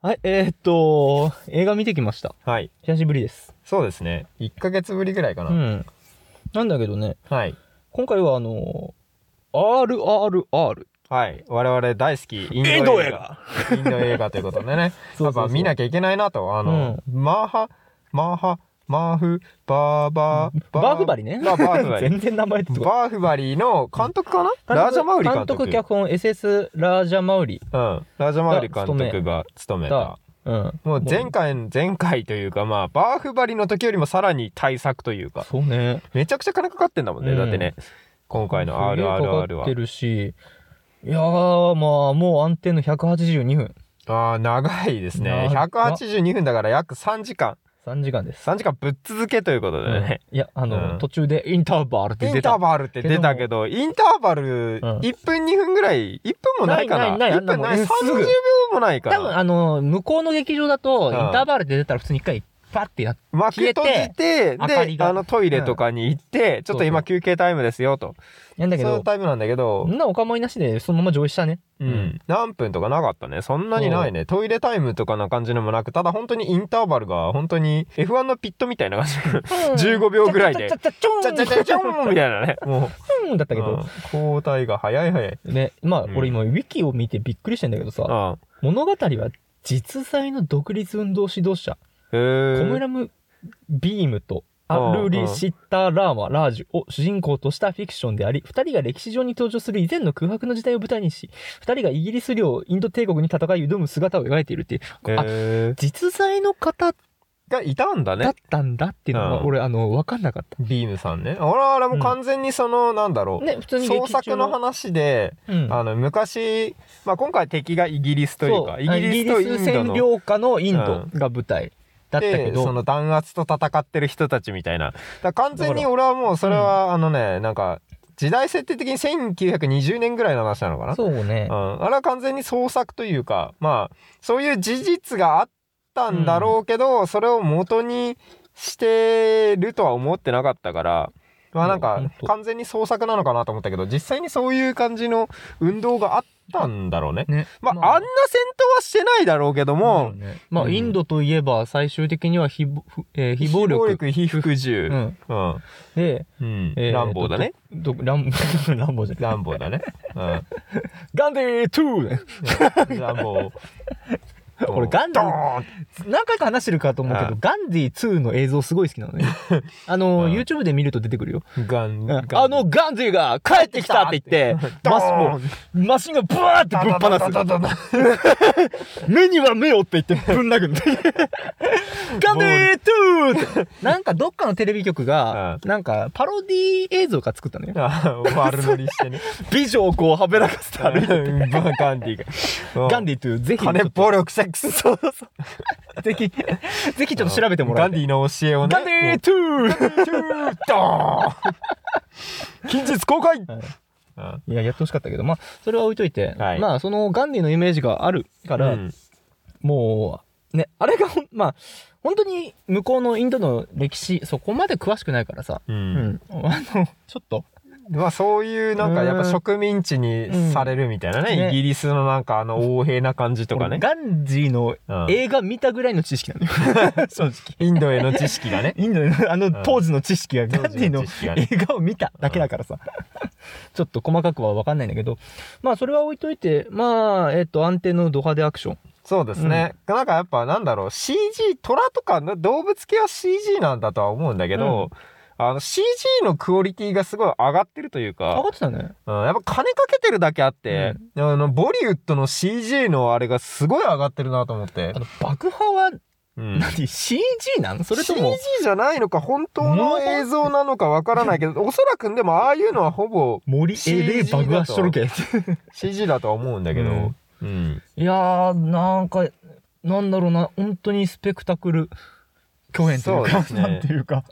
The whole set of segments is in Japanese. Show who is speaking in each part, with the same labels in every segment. Speaker 1: はい、えーっと、映画見てきました。
Speaker 2: はい。
Speaker 1: 久しぶりです。
Speaker 2: そうですね。1ヶ月ぶりぐらいかな。
Speaker 1: うん。なんだけどね、
Speaker 2: はい。
Speaker 1: 今回はあのー、RRR。
Speaker 2: はい。我々大 好き、インド映
Speaker 1: 映
Speaker 2: 画
Speaker 1: 画。
Speaker 2: インド映画ということで ね。やっぱ見なきゃいけないなと。あの、マーハ、マーハ、マーフ、バーバー、
Speaker 1: バーフバリね。
Speaker 2: バーバーフバ リ。
Speaker 1: 全然名前出てこない
Speaker 2: バーフバリの監督かなラージャマウリ監
Speaker 1: 監
Speaker 2: 督。
Speaker 1: 督脚本 SS ラージャマウリ。
Speaker 2: うん。ラージャマウリ監督が務めた。
Speaker 1: うん。
Speaker 2: もう前回、前回というか、まあ、バーフバリの時よりもさらに大作というか、
Speaker 1: そうね。
Speaker 2: めちゃくちゃ金かかってんだもんね。
Speaker 1: うん
Speaker 2: だってね、今回の
Speaker 1: すげえか
Speaker 2: RRR
Speaker 1: かっ
Speaker 2: は
Speaker 1: て。るし、いやー、まあ、もう安定の182分。
Speaker 2: ああ、長いですね。
Speaker 1: 長っ
Speaker 2: 182分だから約3時間。
Speaker 1: 3時間です。
Speaker 2: 3時間ぶっ続けということでね。
Speaker 1: いや、あの、
Speaker 2: うん
Speaker 1: 途中でインターバルって
Speaker 2: イ
Speaker 1: 出
Speaker 2: ンタ
Speaker 1: た
Speaker 2: ー。バルって出たけど、インターバル
Speaker 1: うん
Speaker 2: 1分2分ぐらい、1分もないかな。
Speaker 1: ないないない
Speaker 2: 1分な
Speaker 1: あ
Speaker 2: い。
Speaker 1: んなもん
Speaker 2: 30秒もないか
Speaker 1: 多分
Speaker 2: な。
Speaker 1: あの向こうの劇場だと
Speaker 2: う
Speaker 1: イ
Speaker 2: ん
Speaker 1: ンターバルで出たら普通に一回パッてやっ
Speaker 2: 幕閉じて、
Speaker 1: 明かり
Speaker 2: で、
Speaker 1: が
Speaker 2: あのトイレとかに行って、ちょっと今休憩タイムですよと。
Speaker 1: やんだけ
Speaker 2: そうい
Speaker 1: ど
Speaker 2: うタイムなんだけど
Speaker 1: そ、んなお構いなしでそのまま上位したね
Speaker 2: う
Speaker 1: うんん、
Speaker 2: 何分とかなかったねそんなにないねトイレタイムとかな感じのもなくただ本当にインターバルが本当に F1 のピットみたいな 感じ15秒ぐらいで
Speaker 1: ちゃちゃちゃ
Speaker 2: ち
Speaker 1: ち
Speaker 2: ゃ
Speaker 1: ゃ
Speaker 2: ちゃちゃちゃんみたいなねも
Speaker 1: うんだった
Speaker 2: う、
Speaker 1: け
Speaker 2: うん
Speaker 1: ど、
Speaker 2: 交代が早い早い
Speaker 1: ねまあ
Speaker 2: うん
Speaker 1: 俺今ウィキを見てびっくりしてんだけどさ
Speaker 2: あ
Speaker 1: 物語は実在の独立運動指導者
Speaker 2: へ
Speaker 1: コム
Speaker 2: え
Speaker 1: ラム・ビームと
Speaker 2: うん
Speaker 1: アルリ・シッター・ラーマ・ラージュを主人公としたフィクションであり2人が歴史上に登場する以前の空白の時代を舞台にし2人がイギリス領インド帝国に戦い挑む姿を描いているっていうあ
Speaker 2: へえ
Speaker 1: 実在の方
Speaker 2: がいたんだ
Speaker 1: だ
Speaker 2: ね
Speaker 1: ったんだっていうのは、
Speaker 2: うん
Speaker 1: 俺あの分かんなかっ
Speaker 2: ビームさんね俺はあれも完全にその、なんだろ
Speaker 1: た
Speaker 2: う、
Speaker 1: ね普通に
Speaker 2: 創
Speaker 1: 劇
Speaker 2: 作
Speaker 1: 中
Speaker 2: の話で、
Speaker 1: うん
Speaker 2: あの昔、まあ、今回敵がイギリスというか
Speaker 1: そう
Speaker 2: イギリスとイ
Speaker 1: イギ
Speaker 2: ン
Speaker 1: リス
Speaker 2: ド
Speaker 1: 占
Speaker 2: の
Speaker 1: 領下のインドが舞台だったけ
Speaker 2: でそ
Speaker 1: ど
Speaker 2: の弾圧と戦ってる人たちみたいなだから完全
Speaker 1: だ
Speaker 2: に
Speaker 1: か
Speaker 2: 俺はもうそれはあのねなんか時代設定的に1920年ぐらいの話なのかな
Speaker 1: そうね
Speaker 2: うん、あれは完全に創作というかまあそういう事実があったんだろうけど、それを元にしてるとは思ってなかったから。まあなん
Speaker 1: いや
Speaker 2: か
Speaker 1: ほんと
Speaker 2: 完全に創作なのかなと思ったけど実際にそういう感じの運動があったんだろうね。
Speaker 1: ね
Speaker 2: まあ、あ、んな戦闘はしてないだろうけども、
Speaker 1: ねま
Speaker 2: う
Speaker 1: あ
Speaker 2: ん
Speaker 1: インドといえば最終的には非暴,ふ、えー非暴力
Speaker 2: 非服従、
Speaker 1: うん、
Speaker 2: うん、
Speaker 1: で、
Speaker 2: うん
Speaker 1: えー
Speaker 2: 乱暴だね。
Speaker 1: ど乱 乱暴じゃない
Speaker 2: 乱暴だね。うん。
Speaker 1: ガンディー2
Speaker 2: 乱 暴。
Speaker 1: 俺ガンデ
Speaker 2: ド
Speaker 1: ィ
Speaker 2: ーン
Speaker 1: 何回か話してるかと思うけ
Speaker 2: ああ
Speaker 1: どガンディー2の映像すごい好きな のねあの、
Speaker 2: うん
Speaker 1: YouTube で見ると出てくるよ
Speaker 2: ガン、ガン
Speaker 1: あの、ガンディが帰ってきたって言って、
Speaker 2: ド
Speaker 1: マスも
Speaker 2: ー
Speaker 1: う
Speaker 2: ン
Speaker 1: マシンがブワーってぶっ放
Speaker 2: ダダダダダダ
Speaker 1: す。目には目をって言ってぶん 殴る。ガンディトゥーって。なんかどっかのテレビ局 が、なんかパロディ映像が作ったのよ。
Speaker 2: あ悪乗りして ね。
Speaker 1: 美女をこうはべらかせて歩いて。
Speaker 2: うんまあガンディが。うん
Speaker 1: ガンディトゥー、ぜひ、
Speaker 2: 金暴力セックス。
Speaker 1: そうそう。ぜひ、 ぜひちょっと調べてもら
Speaker 2: ガ
Speaker 1: っ
Speaker 2: ン
Speaker 1: て。
Speaker 2: ディの教えをね。
Speaker 1: ガンディトゥー
Speaker 2: ィドーン近日公開
Speaker 1: はい
Speaker 2: うん
Speaker 1: いや、やってほしかったけど、まあ、それは置いといて、
Speaker 2: はい
Speaker 1: まあ、そのガンディのイメージがあるから、
Speaker 2: うん
Speaker 1: もう、ね、あれがほん、まあ、本当に向こうのインドの歴史、そこまで詳しくないからさ、
Speaker 2: う。
Speaker 1: うんん、あの、ちょっと、
Speaker 2: まあそういうなんかやっぱ植民地にされるみたいな
Speaker 1: うん
Speaker 2: ね。
Speaker 1: ね
Speaker 2: イギリスのなんかあの横平な感じとか
Speaker 1: 俺
Speaker 2: ね。
Speaker 1: ガンジーの
Speaker 2: うん
Speaker 1: 映画見たぐらいの知識なのよ、 正直。
Speaker 2: インドへの知識がね。
Speaker 1: イン ドのあの
Speaker 2: ん
Speaker 1: 当時の知識がガ
Speaker 2: 当
Speaker 1: ンデ
Speaker 2: 時
Speaker 1: ィ
Speaker 2: の
Speaker 1: の
Speaker 2: 知識がね
Speaker 1: 映画を見ただけだからさ、ちょっと細かくは分かんないんだけど、まあそれは置いといて、まあ、えっ、と、安定のド派手アクション。
Speaker 2: そうですね、なんかやっぱなんだろう CG 虎とかの動物系は CG なんだとは思うんだけど、あの CG のクオリティがすごい上がってるという
Speaker 1: 上
Speaker 2: か
Speaker 1: が、ってたね。
Speaker 2: うん、やっぱ金かけてるだけあって、あのボリウッドの CG のあれがすごい上がってるなと思って
Speaker 1: あ、の、爆破は
Speaker 2: うん、
Speaker 1: 何、?CG なんそれとも
Speaker 2: CG、じゃないのか本当の映像なのかわからないけどおそらくでもああいうのはほぼ
Speaker 1: 森えれえ
Speaker 2: CG
Speaker 1: 爆破しと るけ。
Speaker 2: CG だとは思うんだけど、う
Speaker 1: うんんいやー、なんか、なんだろうな、本当にスペクタクル、共演という
Speaker 2: そう
Speaker 1: か、
Speaker 2: です ね
Speaker 1: なんていうか。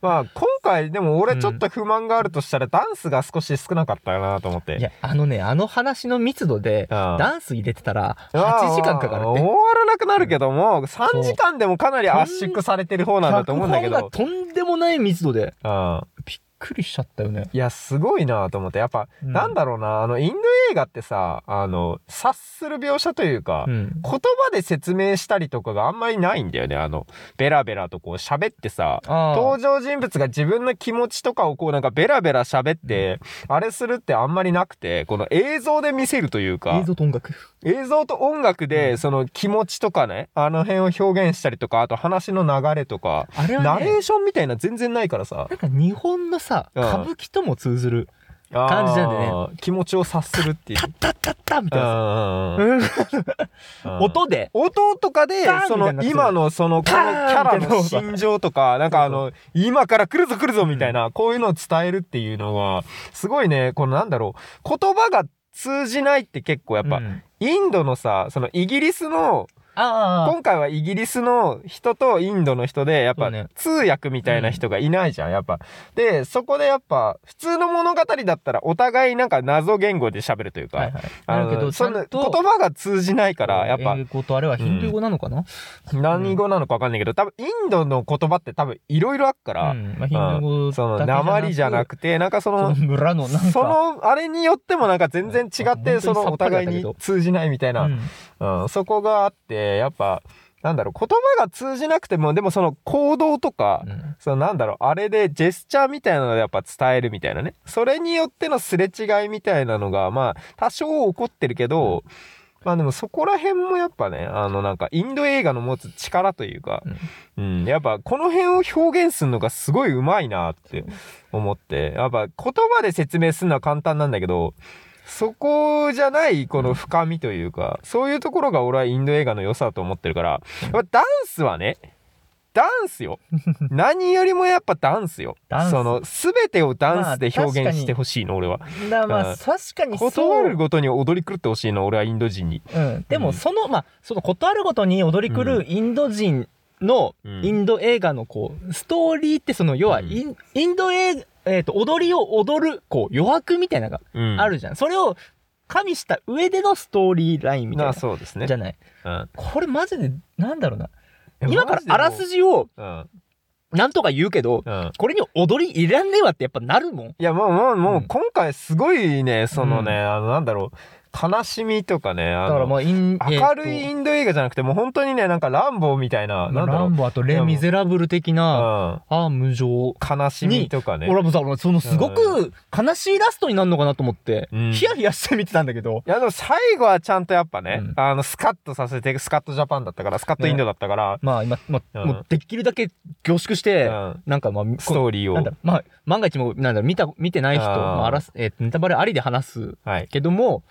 Speaker 2: まあ今回でも俺ちょっと不満があるとしたら、ダンスが少し少なかったなと思って
Speaker 1: いや、あのね、あの話の密度で、
Speaker 2: うん
Speaker 1: ダンス入れてたら、
Speaker 2: あー
Speaker 1: 8時間かかるっ
Speaker 2: 終
Speaker 1: て。
Speaker 2: わらなくなるけども、3時間でもかなり圧縮されてる方なんだと思うんだけ
Speaker 1: 脚本が、
Speaker 2: ど
Speaker 1: とんでもない密度で、
Speaker 2: うん、
Speaker 1: びっくりしちゃったよね。
Speaker 2: いやすごいなと思ってやっぱ、
Speaker 1: うん
Speaker 2: なんだろうなあのインド映画ってさあの察する描写というか、
Speaker 1: うん。
Speaker 2: 言葉で説明したりとかがあんまりないんだよねあのベラベラとこう喋ってさ
Speaker 1: あ
Speaker 2: 登
Speaker 1: ー
Speaker 2: 場人物が自分の気持ちとかをこうなんかベラベラ喋って、あれするってあんまりなくてこの映像で見せるというか
Speaker 1: 映像と音楽。
Speaker 2: 映像と音楽
Speaker 1: うん
Speaker 2: でその気持ちとかねあの辺を表現したりとかあと話の流れとか、
Speaker 1: あれ
Speaker 2: ナ
Speaker 1: は
Speaker 2: レ
Speaker 1: ね
Speaker 2: ー、ションみたいな全然ないからさ
Speaker 1: なんか日本のさ、
Speaker 2: うん
Speaker 1: 歌舞伎とも通ずる、
Speaker 2: 感
Speaker 1: じなんでね
Speaker 2: 気持ちを察するっていう
Speaker 1: タ。ッタッタッタみ
Speaker 2: う
Speaker 1: たい
Speaker 2: ん
Speaker 1: なさ
Speaker 2: うんうん
Speaker 1: うん
Speaker 2: うん
Speaker 1: 音で、
Speaker 2: 音とかで
Speaker 1: パーンみたい
Speaker 2: そ
Speaker 1: な
Speaker 2: の今のそのこのキャラの心情とかなんかあの今から来るぞ来るぞみたいなこういうのを伝えるっていうのがすごいねこのなんだろう言葉が通じないって結構やっぱ
Speaker 1: うん
Speaker 2: インドのさそのイギリスの
Speaker 1: あ
Speaker 2: 今回はイギリスの人とインドの人でやっ
Speaker 1: そ
Speaker 2: ぱ
Speaker 1: うね
Speaker 2: 通訳みたいな人がいないじゃんやっぱ。でそこでやっぱ普通の物語だったらお互いなんか謎言語で喋るという
Speaker 1: あ、
Speaker 2: か、
Speaker 1: はいはい。
Speaker 2: あ
Speaker 1: な
Speaker 2: の
Speaker 1: るけど、ち
Speaker 2: そ
Speaker 1: ゃ
Speaker 2: んなん言
Speaker 1: と、
Speaker 2: 葉が通じないからやっぱ
Speaker 1: 英語とあれはヒンドゥー語なのかな、
Speaker 2: 何語なのか分かんないけど多分インドの言葉って多分いろいろあっから、
Speaker 1: うんまあ、ヒンドゥー語だけじ
Speaker 2: そ
Speaker 1: ゃな
Speaker 2: の
Speaker 1: く
Speaker 2: 鉛じゃなくてなんかそ
Speaker 1: その
Speaker 2: の。
Speaker 1: 村のなんか
Speaker 2: そのあれによってもなんか全然違っ
Speaker 1: うん
Speaker 2: てその
Speaker 1: 本
Speaker 2: お
Speaker 1: 当にさっぱりだっ
Speaker 2: 互
Speaker 1: た
Speaker 2: い
Speaker 1: けど
Speaker 2: に通じないみたいな
Speaker 1: うん
Speaker 2: うん、そこがあってやっぱなんだろう言葉が通じなくてもでもその行動とか、
Speaker 1: うん
Speaker 2: そのなんだろうあれでジェスチャーみたいなのでやっぱ伝えるみたいなねそれによってのすれ違いみたいなのがまあ多少起こってるけど、まあでもそこら辺もやっぱねあのなんかインド映画の持つ力というか、うんやっぱこの辺を表現するのがすごいうまいなって思ってやっぱ言葉で説明するのは簡単なんだけどそこじゃないこの深みというかそういうところが俺はインド映画の良さだと思ってるからやっぱダンスはねダン スよ何よりもやっぱダンスよ
Speaker 1: ダンス
Speaker 2: その全てをダンスで
Speaker 1: まあ
Speaker 2: 表
Speaker 1: 確か
Speaker 2: 現
Speaker 1: に
Speaker 2: してほしいの俺は
Speaker 1: だま
Speaker 2: う
Speaker 1: あ
Speaker 2: ん
Speaker 1: 確かにそ
Speaker 2: 断る
Speaker 1: う、
Speaker 2: ごとに踊り狂ってほしいの俺はインド人に
Speaker 1: うん、でもその、まあその断るごとに踊り狂うインド人の
Speaker 2: うん
Speaker 1: インド映画のこうストーリーってその要はイン,、インド映画えー、と踊りを踊るこう余白みたいなのが
Speaker 2: うん
Speaker 1: あるじゃん、それを加味した上でのストーリーラインみたいな
Speaker 2: なあそうですね
Speaker 1: じゃない
Speaker 2: うん
Speaker 1: これマジでなんだろうな
Speaker 2: え
Speaker 1: 今からあらすじを
Speaker 2: マジで
Speaker 1: なんとか言うけど
Speaker 2: もうんうん
Speaker 1: これに踊りいらんねえわってやっぱなるもん
Speaker 2: いやもうもうも
Speaker 1: う
Speaker 2: うん今回すごいねそのね、
Speaker 1: うん
Speaker 2: あのなんだろう悲しみとかね
Speaker 1: だ
Speaker 2: あの
Speaker 1: からもうイン
Speaker 2: 明るい
Speaker 1: えー
Speaker 2: インド映画じゃなくてもう本当にねなんかランボーみたいな
Speaker 1: と
Speaker 2: なんだ
Speaker 1: ラ
Speaker 2: ろ
Speaker 1: ンボーあとレ・ミゼラブル的な
Speaker 2: う、
Speaker 1: ああ無情
Speaker 2: うん、悲しみとかね
Speaker 1: 俺もさ俺そのすご
Speaker 2: う
Speaker 1: く悲しいラストになるのかなと思って、
Speaker 2: うん
Speaker 1: ヒヤヒヤして見てたんだけど
Speaker 2: いやでも最後はちゃんとやっぱね、
Speaker 1: うん
Speaker 2: あのスカッとさせてスカッとジャパンだったからスカッとインドだったから、
Speaker 1: まあ今、まあ
Speaker 2: うん
Speaker 1: もうできるだけ凝縮して、
Speaker 2: うん
Speaker 1: なんかまあ
Speaker 2: ストーリー
Speaker 1: こ
Speaker 2: を
Speaker 1: なんだまあ万が一もなんだ見た見てない人
Speaker 2: あー
Speaker 1: まああらすえーネタバレありで話す
Speaker 2: はい
Speaker 1: けども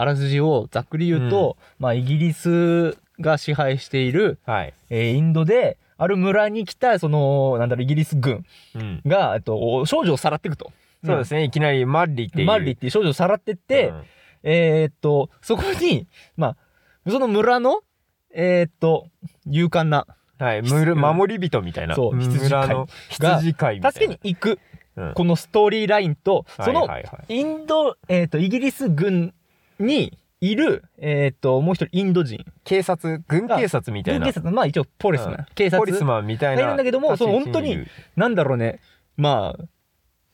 Speaker 1: あらすじをざっくり言うと、まあ、イギリスが支配している、
Speaker 2: はい、
Speaker 1: えーインドである村に来たそのなんだろうイギリス軍
Speaker 2: うん、
Speaker 1: が、えっと、お少女をさらっていくと。
Speaker 2: そうですねいきなりマッリっていう
Speaker 1: マッリーっていう少女をさらってって、
Speaker 2: うん
Speaker 1: えーっと、そこに、まあ、その村の、えーっと、勇敢な、
Speaker 2: はいむる
Speaker 1: うん
Speaker 2: 守り人みたいな
Speaker 1: そう羊飼い
Speaker 2: 村の
Speaker 1: が
Speaker 2: 羊飼いみたいな
Speaker 1: 助けに行く、
Speaker 2: うん
Speaker 1: このストーリーラインと、その、
Speaker 2: はいはいはい
Speaker 1: インド、えーっと、イギリス軍にいる、えーっと、もう一人インド人。
Speaker 2: 警察軍警察みたい
Speaker 1: 軍
Speaker 2: な
Speaker 1: 警察、まあ一応ポリスマン、
Speaker 2: うん
Speaker 1: 警察
Speaker 2: ポリスマンみたい
Speaker 1: がい
Speaker 2: な
Speaker 1: るんだけどもその
Speaker 2: 立ち位
Speaker 1: 本
Speaker 2: 置
Speaker 1: 当に
Speaker 2: いる
Speaker 1: なんだろうね、まあ、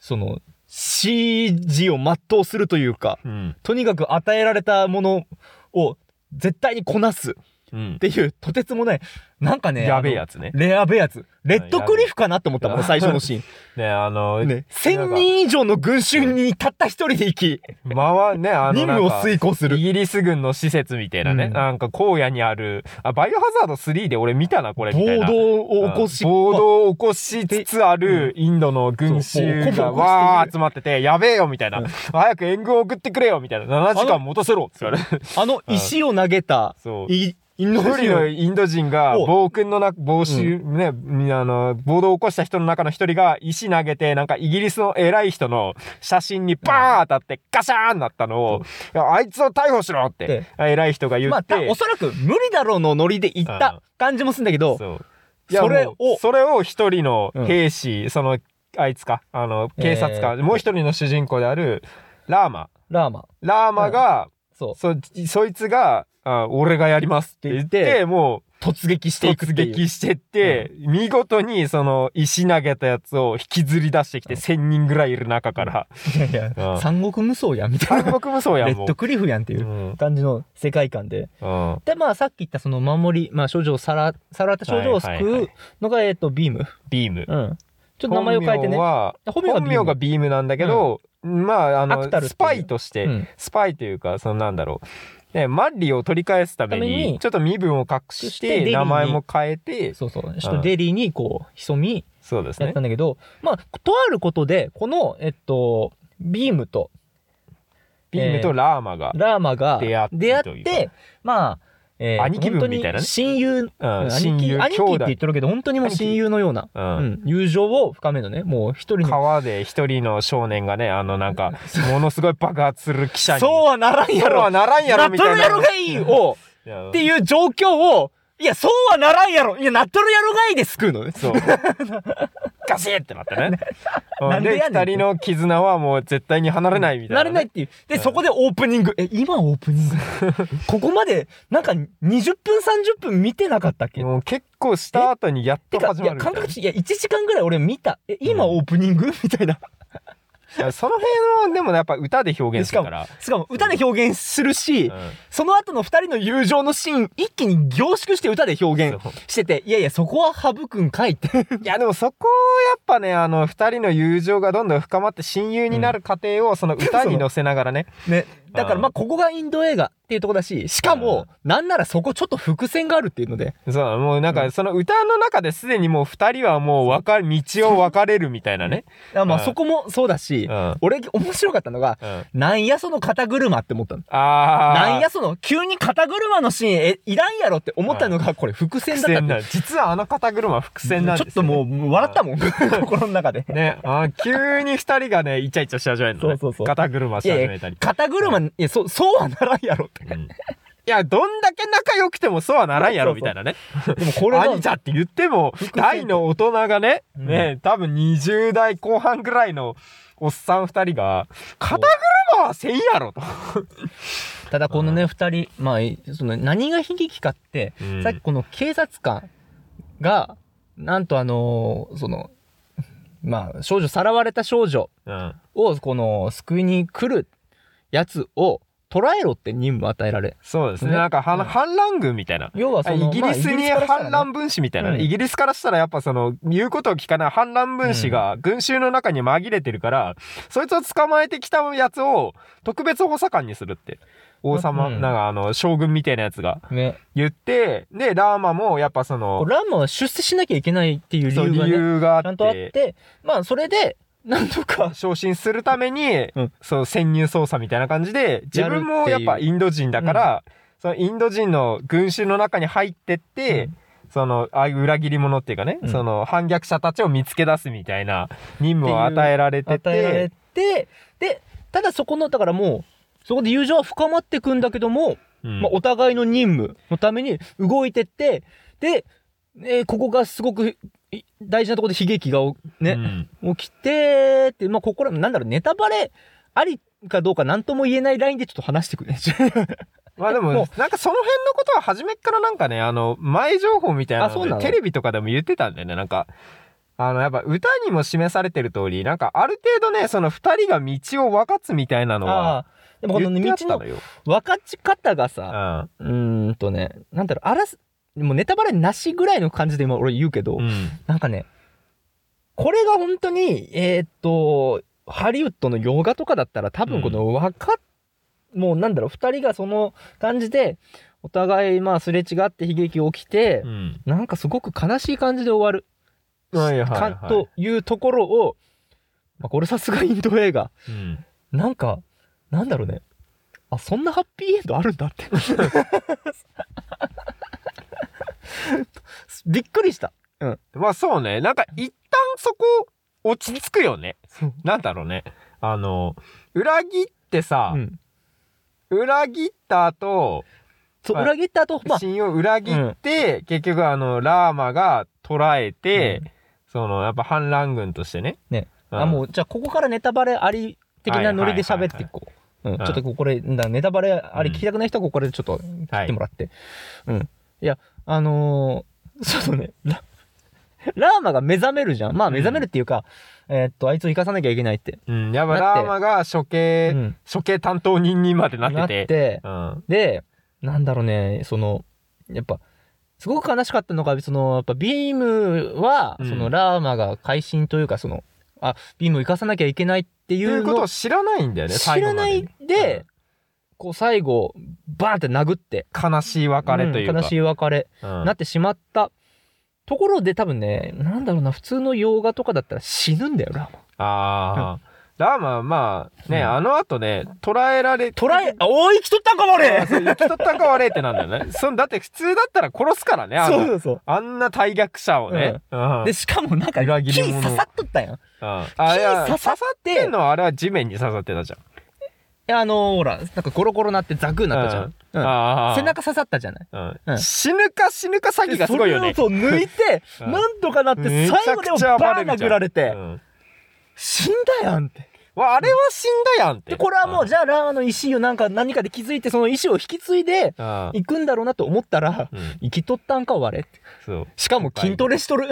Speaker 1: その、指示を全うするというか、
Speaker 2: うん
Speaker 1: とにかく与えられたものを絶対にこなす
Speaker 2: うん
Speaker 1: っていう、とてつもない、なんかね、
Speaker 2: やべえやつね
Speaker 1: あの。レアベやつ。レッドクリフかなって思ったもん、
Speaker 2: やべ
Speaker 1: 最
Speaker 2: え
Speaker 1: 初の シ
Speaker 2: ねあの、
Speaker 1: ーン。ね、
Speaker 2: なん
Speaker 1: 1000
Speaker 2: か
Speaker 1: 人以上の群衆にたった一人で行き、
Speaker 2: 回ねあの
Speaker 1: 任務を
Speaker 2: なんか
Speaker 1: 遂行す
Speaker 2: イ
Speaker 1: る。
Speaker 2: ギリス軍の施設みたいなね、
Speaker 1: うん
Speaker 2: なんか荒野にあるあバイオハザード3で俺見たなこれみたい
Speaker 1: 暴
Speaker 2: な
Speaker 1: 動を起こし、
Speaker 2: うん暴動を起こしつつあるインドの群
Speaker 1: そ
Speaker 2: 衆
Speaker 1: うそう起こ
Speaker 2: がわ
Speaker 1: してく
Speaker 2: ー
Speaker 1: る
Speaker 2: 集まっててやべえよみたいな、
Speaker 1: うん
Speaker 2: 早く援軍を送ってくれよみたいな7時間持たせろって言われる
Speaker 1: あの石を投げた、
Speaker 2: そう
Speaker 1: イインド
Speaker 2: 一人
Speaker 1: 人
Speaker 2: の
Speaker 1: を
Speaker 2: インド人が
Speaker 1: お
Speaker 2: 暴君のな暴衆、ねあの暴動を起こした人の中の一人が石投げてなんかイギリスの偉い人の写真にバーン当たってガシャーンなったのを、いやあいつを逮捕しろって偉い人が言
Speaker 1: ま
Speaker 2: っ
Speaker 1: あ、
Speaker 2: て、
Speaker 1: たおそらく無理だろうのノリで行った感じもするんだけど、
Speaker 2: そういや
Speaker 1: それ
Speaker 2: もう
Speaker 1: を、
Speaker 2: それを一人の兵士、そのあいつかあの警察
Speaker 1: え
Speaker 2: 官、
Speaker 1: ー
Speaker 2: もう一人の主人公であるラーマ
Speaker 1: ラーマ、
Speaker 2: ラーマが、
Speaker 1: そう、
Speaker 2: そそいつがあ「俺がやります」って言って
Speaker 1: 言って
Speaker 2: もう
Speaker 1: 突撃していく
Speaker 2: 突
Speaker 1: っていう。
Speaker 2: 撃してって、見事にその石投げたやつを引きずり出してきて、1000人ぐらいいる中から。
Speaker 1: いやいや、
Speaker 2: うん
Speaker 1: 三国無双やんみたい
Speaker 2: 韓
Speaker 1: な。
Speaker 2: 国無双 や
Speaker 1: レ
Speaker 2: ん
Speaker 1: ッ
Speaker 2: も
Speaker 1: ドクリフやんって
Speaker 2: う。。
Speaker 1: いううん感じの世界観で。
Speaker 2: うん。
Speaker 1: で、まあさっき言ったその守り、まあ少女をさら、さらわれた少女を
Speaker 2: はいはいは
Speaker 1: 救う
Speaker 2: い
Speaker 1: のが、えっと、ビーム。
Speaker 2: ビーム。
Speaker 1: うん。ちょっと名前を変えてね。本名は
Speaker 2: 本
Speaker 1: ビー
Speaker 2: 名
Speaker 1: ム
Speaker 2: がビームなんだけど、まあ、あ
Speaker 1: アク
Speaker 2: の
Speaker 1: タルっていう
Speaker 2: スパイとして、
Speaker 1: うん
Speaker 2: スパイというか、そのなんだろう。ね、マッリを取り返すため
Speaker 1: ため
Speaker 2: に、
Speaker 1: に
Speaker 2: ちょっと身分を隠
Speaker 1: 隠
Speaker 2: し
Speaker 1: してデリー
Speaker 2: て、
Speaker 1: に
Speaker 2: 名前も変えて、
Speaker 1: そうそう。ちょっ
Speaker 2: う
Speaker 1: と
Speaker 2: ん
Speaker 1: デリーにこう、潜み、
Speaker 2: そうです
Speaker 1: やっ
Speaker 2: ね
Speaker 1: た。んだけど、まあ、とあることで、この、えっと、ビームと
Speaker 2: ビームとラーマが、
Speaker 1: ラーマが
Speaker 2: 出会って
Speaker 1: 出会っ
Speaker 2: という
Speaker 1: て、まあ、え
Speaker 2: 兄貴分みたい
Speaker 1: 本当
Speaker 2: なね
Speaker 1: に親友、
Speaker 2: うん、
Speaker 1: 兄
Speaker 2: 親
Speaker 1: 貴
Speaker 2: 友、
Speaker 1: 兄
Speaker 2: 兄
Speaker 1: 貴っ
Speaker 2: 弟
Speaker 1: て言。ってるけど、本当にもう親友のような、
Speaker 2: う。
Speaker 1: うんん、友情を深めるのね。もう一人に。
Speaker 2: 川で一人の少年がね、あの、なんか、ものすごい爆発する記者に、
Speaker 1: そうはならんや
Speaker 2: そう
Speaker 1: ろ
Speaker 2: はならんやろ、み
Speaker 1: っと
Speaker 2: た
Speaker 1: る
Speaker 2: い
Speaker 1: や
Speaker 2: な。
Speaker 1: ろがいいを
Speaker 2: うん
Speaker 1: っていう状況を、いや、そうはならんやろいや、なっとるやろがいいで救うのね。
Speaker 2: そう。ガシッってなってね。
Speaker 1: なんで
Speaker 2: で、
Speaker 1: やねん
Speaker 2: 二人の絆はもう絶対に離れないみたいな
Speaker 1: な
Speaker 2: ね。
Speaker 1: れないっていう。で、
Speaker 2: うん
Speaker 1: そこでオープニング。え、今オープニ ングここまで、なんか20分30分見てなかったっけ
Speaker 2: もう結構した後にやってと
Speaker 1: か、
Speaker 2: 始
Speaker 1: い
Speaker 2: ま
Speaker 1: や、
Speaker 2: るみた
Speaker 1: 感
Speaker 2: いな
Speaker 1: 覚値、いや、1時間ぐらい俺見た。え、今
Speaker 2: うん
Speaker 1: オープニ ングみたいな。
Speaker 2: いやその辺はでもやっぱ歌で表現するから。
Speaker 1: しかも歌で表現するし、その後の2人の友情のシーン、一気に凝縮して歌で表現
Speaker 2: そう
Speaker 1: してて、いやいや、そこは省くんかい って。
Speaker 2: うんいやでもそこをやっぱねあの二人の友情がどんどん深まって親友になる過程をその歌に乗せながらね
Speaker 1: ね。だからまあ、
Speaker 2: うん
Speaker 1: ここがインド映画っていうとこだし、しかも、なんならそこちょっと伏線があるっていうので。
Speaker 2: そうもうなんかその歌の中ですでにもう二人はもう分か道を分かれるみたいなね、
Speaker 1: あまあ、
Speaker 2: うん
Speaker 1: そこもそうだし
Speaker 2: う、んうん、
Speaker 1: 俺、面白かったのが、
Speaker 2: あ
Speaker 1: なんやその肩車って思ったの。
Speaker 2: あ
Speaker 1: なんやその、急に肩車のシーン、え、いらんやろって思ったのが、これ伏線
Speaker 2: 伏
Speaker 1: だったっていう
Speaker 2: 線なん実はあの肩車は伏線なんです
Speaker 1: ちょっともうもう笑ったもん心の中で
Speaker 2: うねあー急に二人がねイチャイチャし始めるの、ね、
Speaker 1: そうそうそう
Speaker 2: 肩車
Speaker 1: い
Speaker 2: し
Speaker 1: や
Speaker 2: 始
Speaker 1: い
Speaker 2: めた
Speaker 1: や
Speaker 2: り
Speaker 1: 肩車いやそうそうはならんやろっ
Speaker 2: うんいやどんだけ仲良くてもそうはならんやろみたいなね
Speaker 1: てでもこれが
Speaker 2: 兄ちゃんって言っても大の大人がね
Speaker 1: うん
Speaker 2: ね多分20代後半ぐらいのおっさん2人が「肩車はせんやろ」と。
Speaker 1: ただこのね二人まあいその何が悲劇かって、
Speaker 2: うん
Speaker 1: さっきこの警察官がなんとあのーそのまあ少女さらわれた少女
Speaker 2: うん
Speaker 1: をこの救いに来るやつを捕らえろって任務与えられ
Speaker 2: そうですね
Speaker 1: ね
Speaker 2: なんか反
Speaker 1: うん
Speaker 2: 反乱軍みたいな。
Speaker 1: 要はその
Speaker 2: イギリスに反
Speaker 1: まあ
Speaker 2: 乱分子みたいな、
Speaker 1: うん
Speaker 2: イギリスからしたらやっぱその言うことを聞かない反乱分子が群衆の中に紛れてるから、そいつを捕まえてきたやつを特別補佐官にするって王様、
Speaker 1: うん
Speaker 2: なんかあの将軍みたいなやつが
Speaker 1: イギリスからしたらねね
Speaker 2: 言ってでラーマもやっぱその
Speaker 1: ランマは出世しなきゃいけないっていう理
Speaker 2: そう
Speaker 1: 由が
Speaker 2: 理
Speaker 1: ね
Speaker 2: 由があ
Speaker 1: ちゃ
Speaker 2: っ
Speaker 1: んとあってて、まあそれで、なんとか、
Speaker 2: 昇進するために、
Speaker 1: うん
Speaker 2: そう潜入捜査みたいな感じで自分
Speaker 1: や
Speaker 2: も
Speaker 1: るっ
Speaker 2: や
Speaker 1: てい
Speaker 2: っ
Speaker 1: う
Speaker 2: ぱインド人だから、そのインド人の群衆の中に入ってって、
Speaker 1: うん
Speaker 2: そのああいう裏切り者っていうかね、
Speaker 1: うん
Speaker 2: その反逆者たちを見つけ出すみたいな任務を
Speaker 1: っていう
Speaker 2: 与えられて
Speaker 1: 与えられ
Speaker 2: て
Speaker 1: て、で、ただそこの、だからもう、そこで友情は深まっていくんだけども、
Speaker 2: うん
Speaker 1: まあお互いの任務のために動いてって、で、えーここがすごくい大事なところで悲劇がお
Speaker 2: う
Speaker 1: ね、
Speaker 2: ん
Speaker 1: 起きてって、まあここら、なんだろう、ネタバレありかどうかなんとも言えないラインでちょっと話してくれ。
Speaker 2: まあで
Speaker 1: も
Speaker 2: もなんかその辺のことは初めっからなんかねあの前情報みたいな
Speaker 1: あそうな
Speaker 2: の
Speaker 1: の
Speaker 2: でテレビとかでも言ってたんだよねなんかあのやっぱ歌にも示されてる通りなんかある程度ねその2人が道を分かつみたいなの は
Speaker 1: ああ、でもこの
Speaker 2: 言って
Speaker 1: 道
Speaker 2: あった
Speaker 1: の
Speaker 2: のよ
Speaker 1: 分かち方がさ、
Speaker 2: うん
Speaker 1: うーんとね、なんだろう、あらす、もうネタバレなしぐらいの感じで今俺言うけど、
Speaker 2: うん
Speaker 1: なんかね、これが本当に、えーっと、ハリウッドの洋画とかだったら多分この分かっ、もうなんだろう、二人がその感じで、お互いまあすれ違って悲劇起きて、
Speaker 2: うん
Speaker 1: なんかすごく悲しい感じで終わる、
Speaker 2: はいはいはい
Speaker 1: かというところを、まあ、これさすがインド映画。
Speaker 2: うん
Speaker 1: なんか、なんだろうね。あ、そんなハッピーエンドあるんだって。 びっくりした。
Speaker 2: まあそうねなんか一旦そこ落ち着くよね
Speaker 1: そう。
Speaker 2: なんだろうねあの裏切ってさ、
Speaker 1: ん。
Speaker 2: 裏切った後
Speaker 1: そう、
Speaker 2: まあ
Speaker 1: 裏切った後、まあ、
Speaker 2: 信を裏切って、結局あのラーマが捕らえて、
Speaker 1: うん
Speaker 2: そのやっぱ反乱軍としてね
Speaker 1: ね、
Speaker 2: うん
Speaker 1: あもう、じゃあここからネタバレあり的なノリで喋っていこう。うん、
Speaker 2: いはいはい
Speaker 1: ちょっとこれ、だネタバレあり
Speaker 2: うん
Speaker 1: 聞きたくない人はここれちょっと聞いてもらって。うん。いや、あのー そうね、ララーマが目覚めるじゃん。まあ目覚めるっていうか、えーっと、あいつを生かさなきゃいけないって。
Speaker 2: うん、やっぱ
Speaker 1: だって
Speaker 2: ラーマが処刑、
Speaker 1: うん
Speaker 2: 処刑担当人にまでなっててうん
Speaker 1: で、なんだろうね、その、やっぱ、すごく悲しかったのが、その、やっぱビームは、
Speaker 2: うん
Speaker 1: そのラーマが会心というか、その、あ、ビームを生かさなきゃいけないってい
Speaker 2: っていううこと
Speaker 1: の
Speaker 2: を知らないんだよね
Speaker 1: 知らない
Speaker 2: 最後までね
Speaker 1: で、こう最後、バーンって殴って、
Speaker 2: うん悲しい別れという
Speaker 1: うん
Speaker 2: か、
Speaker 1: 悲しい別れ、
Speaker 2: うん
Speaker 1: なってしまったところで多分ね、なんだろうな、普通の洋画とかだったら死ぬんだよ、ラーマ。
Speaker 2: ああ、ラーマはまあね、
Speaker 1: うん
Speaker 2: あの後ね捕らえられ
Speaker 1: 捉え、あ、おい、生きとったんか、
Speaker 2: あ
Speaker 1: 俺
Speaker 2: そう生きとったか悪いってなんだ よねそんだって普通だったら殺すからねあんな
Speaker 1: そうそうそ
Speaker 2: あんな大逆者をね、うん
Speaker 1: う。で、しかもなんか、
Speaker 2: 裏
Speaker 1: 木
Speaker 2: 切り者
Speaker 1: 刺さっとったやん。
Speaker 2: うんあいや
Speaker 1: 木
Speaker 2: 刺
Speaker 1: 刺
Speaker 2: さ
Speaker 1: さ
Speaker 2: っ
Speaker 1: って、
Speaker 2: てんのはあれは地面に刺さってたじゃん、
Speaker 1: いやあのーほら、なんかゴロゴロなってザクになったじゃん。うん
Speaker 2: ああ
Speaker 1: 背中刺さったじゃない。
Speaker 2: う、
Speaker 1: うんん
Speaker 2: 死ぬか死ぬか詐欺がすごいよね、
Speaker 1: でそれをそう抜いて
Speaker 2: うん
Speaker 1: なんとかなって、
Speaker 2: めちゃくち
Speaker 1: 最
Speaker 2: ゃ
Speaker 1: 後でもバーン殴られ
Speaker 2: う
Speaker 1: て、
Speaker 2: ん
Speaker 1: 死んだやんって。
Speaker 2: わあれは死んだやんって
Speaker 1: で、これはもう、
Speaker 2: ん
Speaker 1: じゃあラーマの石をなんか何かで気づいて、その石を引き継いで、
Speaker 2: うん
Speaker 1: 行くんだろうなと思ったら、
Speaker 2: うん
Speaker 1: 生きとったんか、我って。
Speaker 2: そう
Speaker 1: しかも筋トレしとる。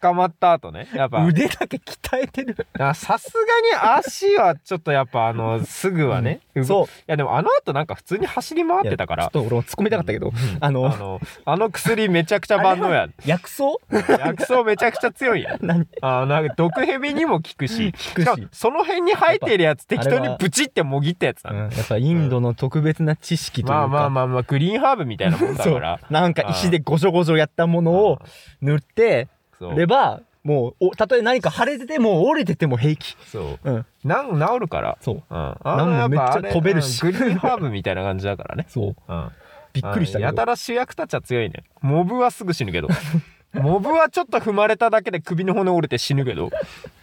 Speaker 2: 捕まった後ねやっぱ
Speaker 1: 腕だけ鍛えてる。
Speaker 2: あさすがに足はちょっとやっぱあのすぐはね、動
Speaker 1: そう
Speaker 2: い。やでもあの後なんか普通に走り回ってたか
Speaker 1: いや
Speaker 2: ら
Speaker 1: ちょっと俺も突っ込みたかったけど、あ
Speaker 2: あ
Speaker 1: の、
Speaker 2: のあの薬めちゃくちゃ万能やん
Speaker 1: 薬草
Speaker 2: 薬草めちゃくちゃ強いやん
Speaker 1: 何
Speaker 2: あなんか毒蛇にも効くし
Speaker 1: くし
Speaker 2: しかもその辺に生えてるやつ適当にブチってもぎったやつだ、
Speaker 1: うんやっぱインドの特別な知識というか。
Speaker 2: まあまあまあまあグリーンハーブみたいなもんだ
Speaker 1: そ
Speaker 2: か
Speaker 1: う
Speaker 2: ら
Speaker 1: なんか石でごじょごじょやったものを塗って
Speaker 2: そう
Speaker 1: ればもうおたとえ何か腫れてても折れてても平気
Speaker 2: そ
Speaker 1: う
Speaker 2: う
Speaker 1: ん
Speaker 2: なん治るから
Speaker 1: そう
Speaker 2: うん、あ
Speaker 1: なんも
Speaker 2: やっぱあ
Speaker 1: め
Speaker 2: れ
Speaker 1: っちゃ飛べるし
Speaker 2: うんグリーンハーブみたいな感じだからね、
Speaker 1: そう
Speaker 2: うん、
Speaker 1: びっくりした
Speaker 2: あ
Speaker 1: け
Speaker 2: の
Speaker 1: ど
Speaker 2: やたら主役たちは強いねモブはすぐ死ぬけど モブはちょっと踏まれただけで首の骨折れて死ぬけど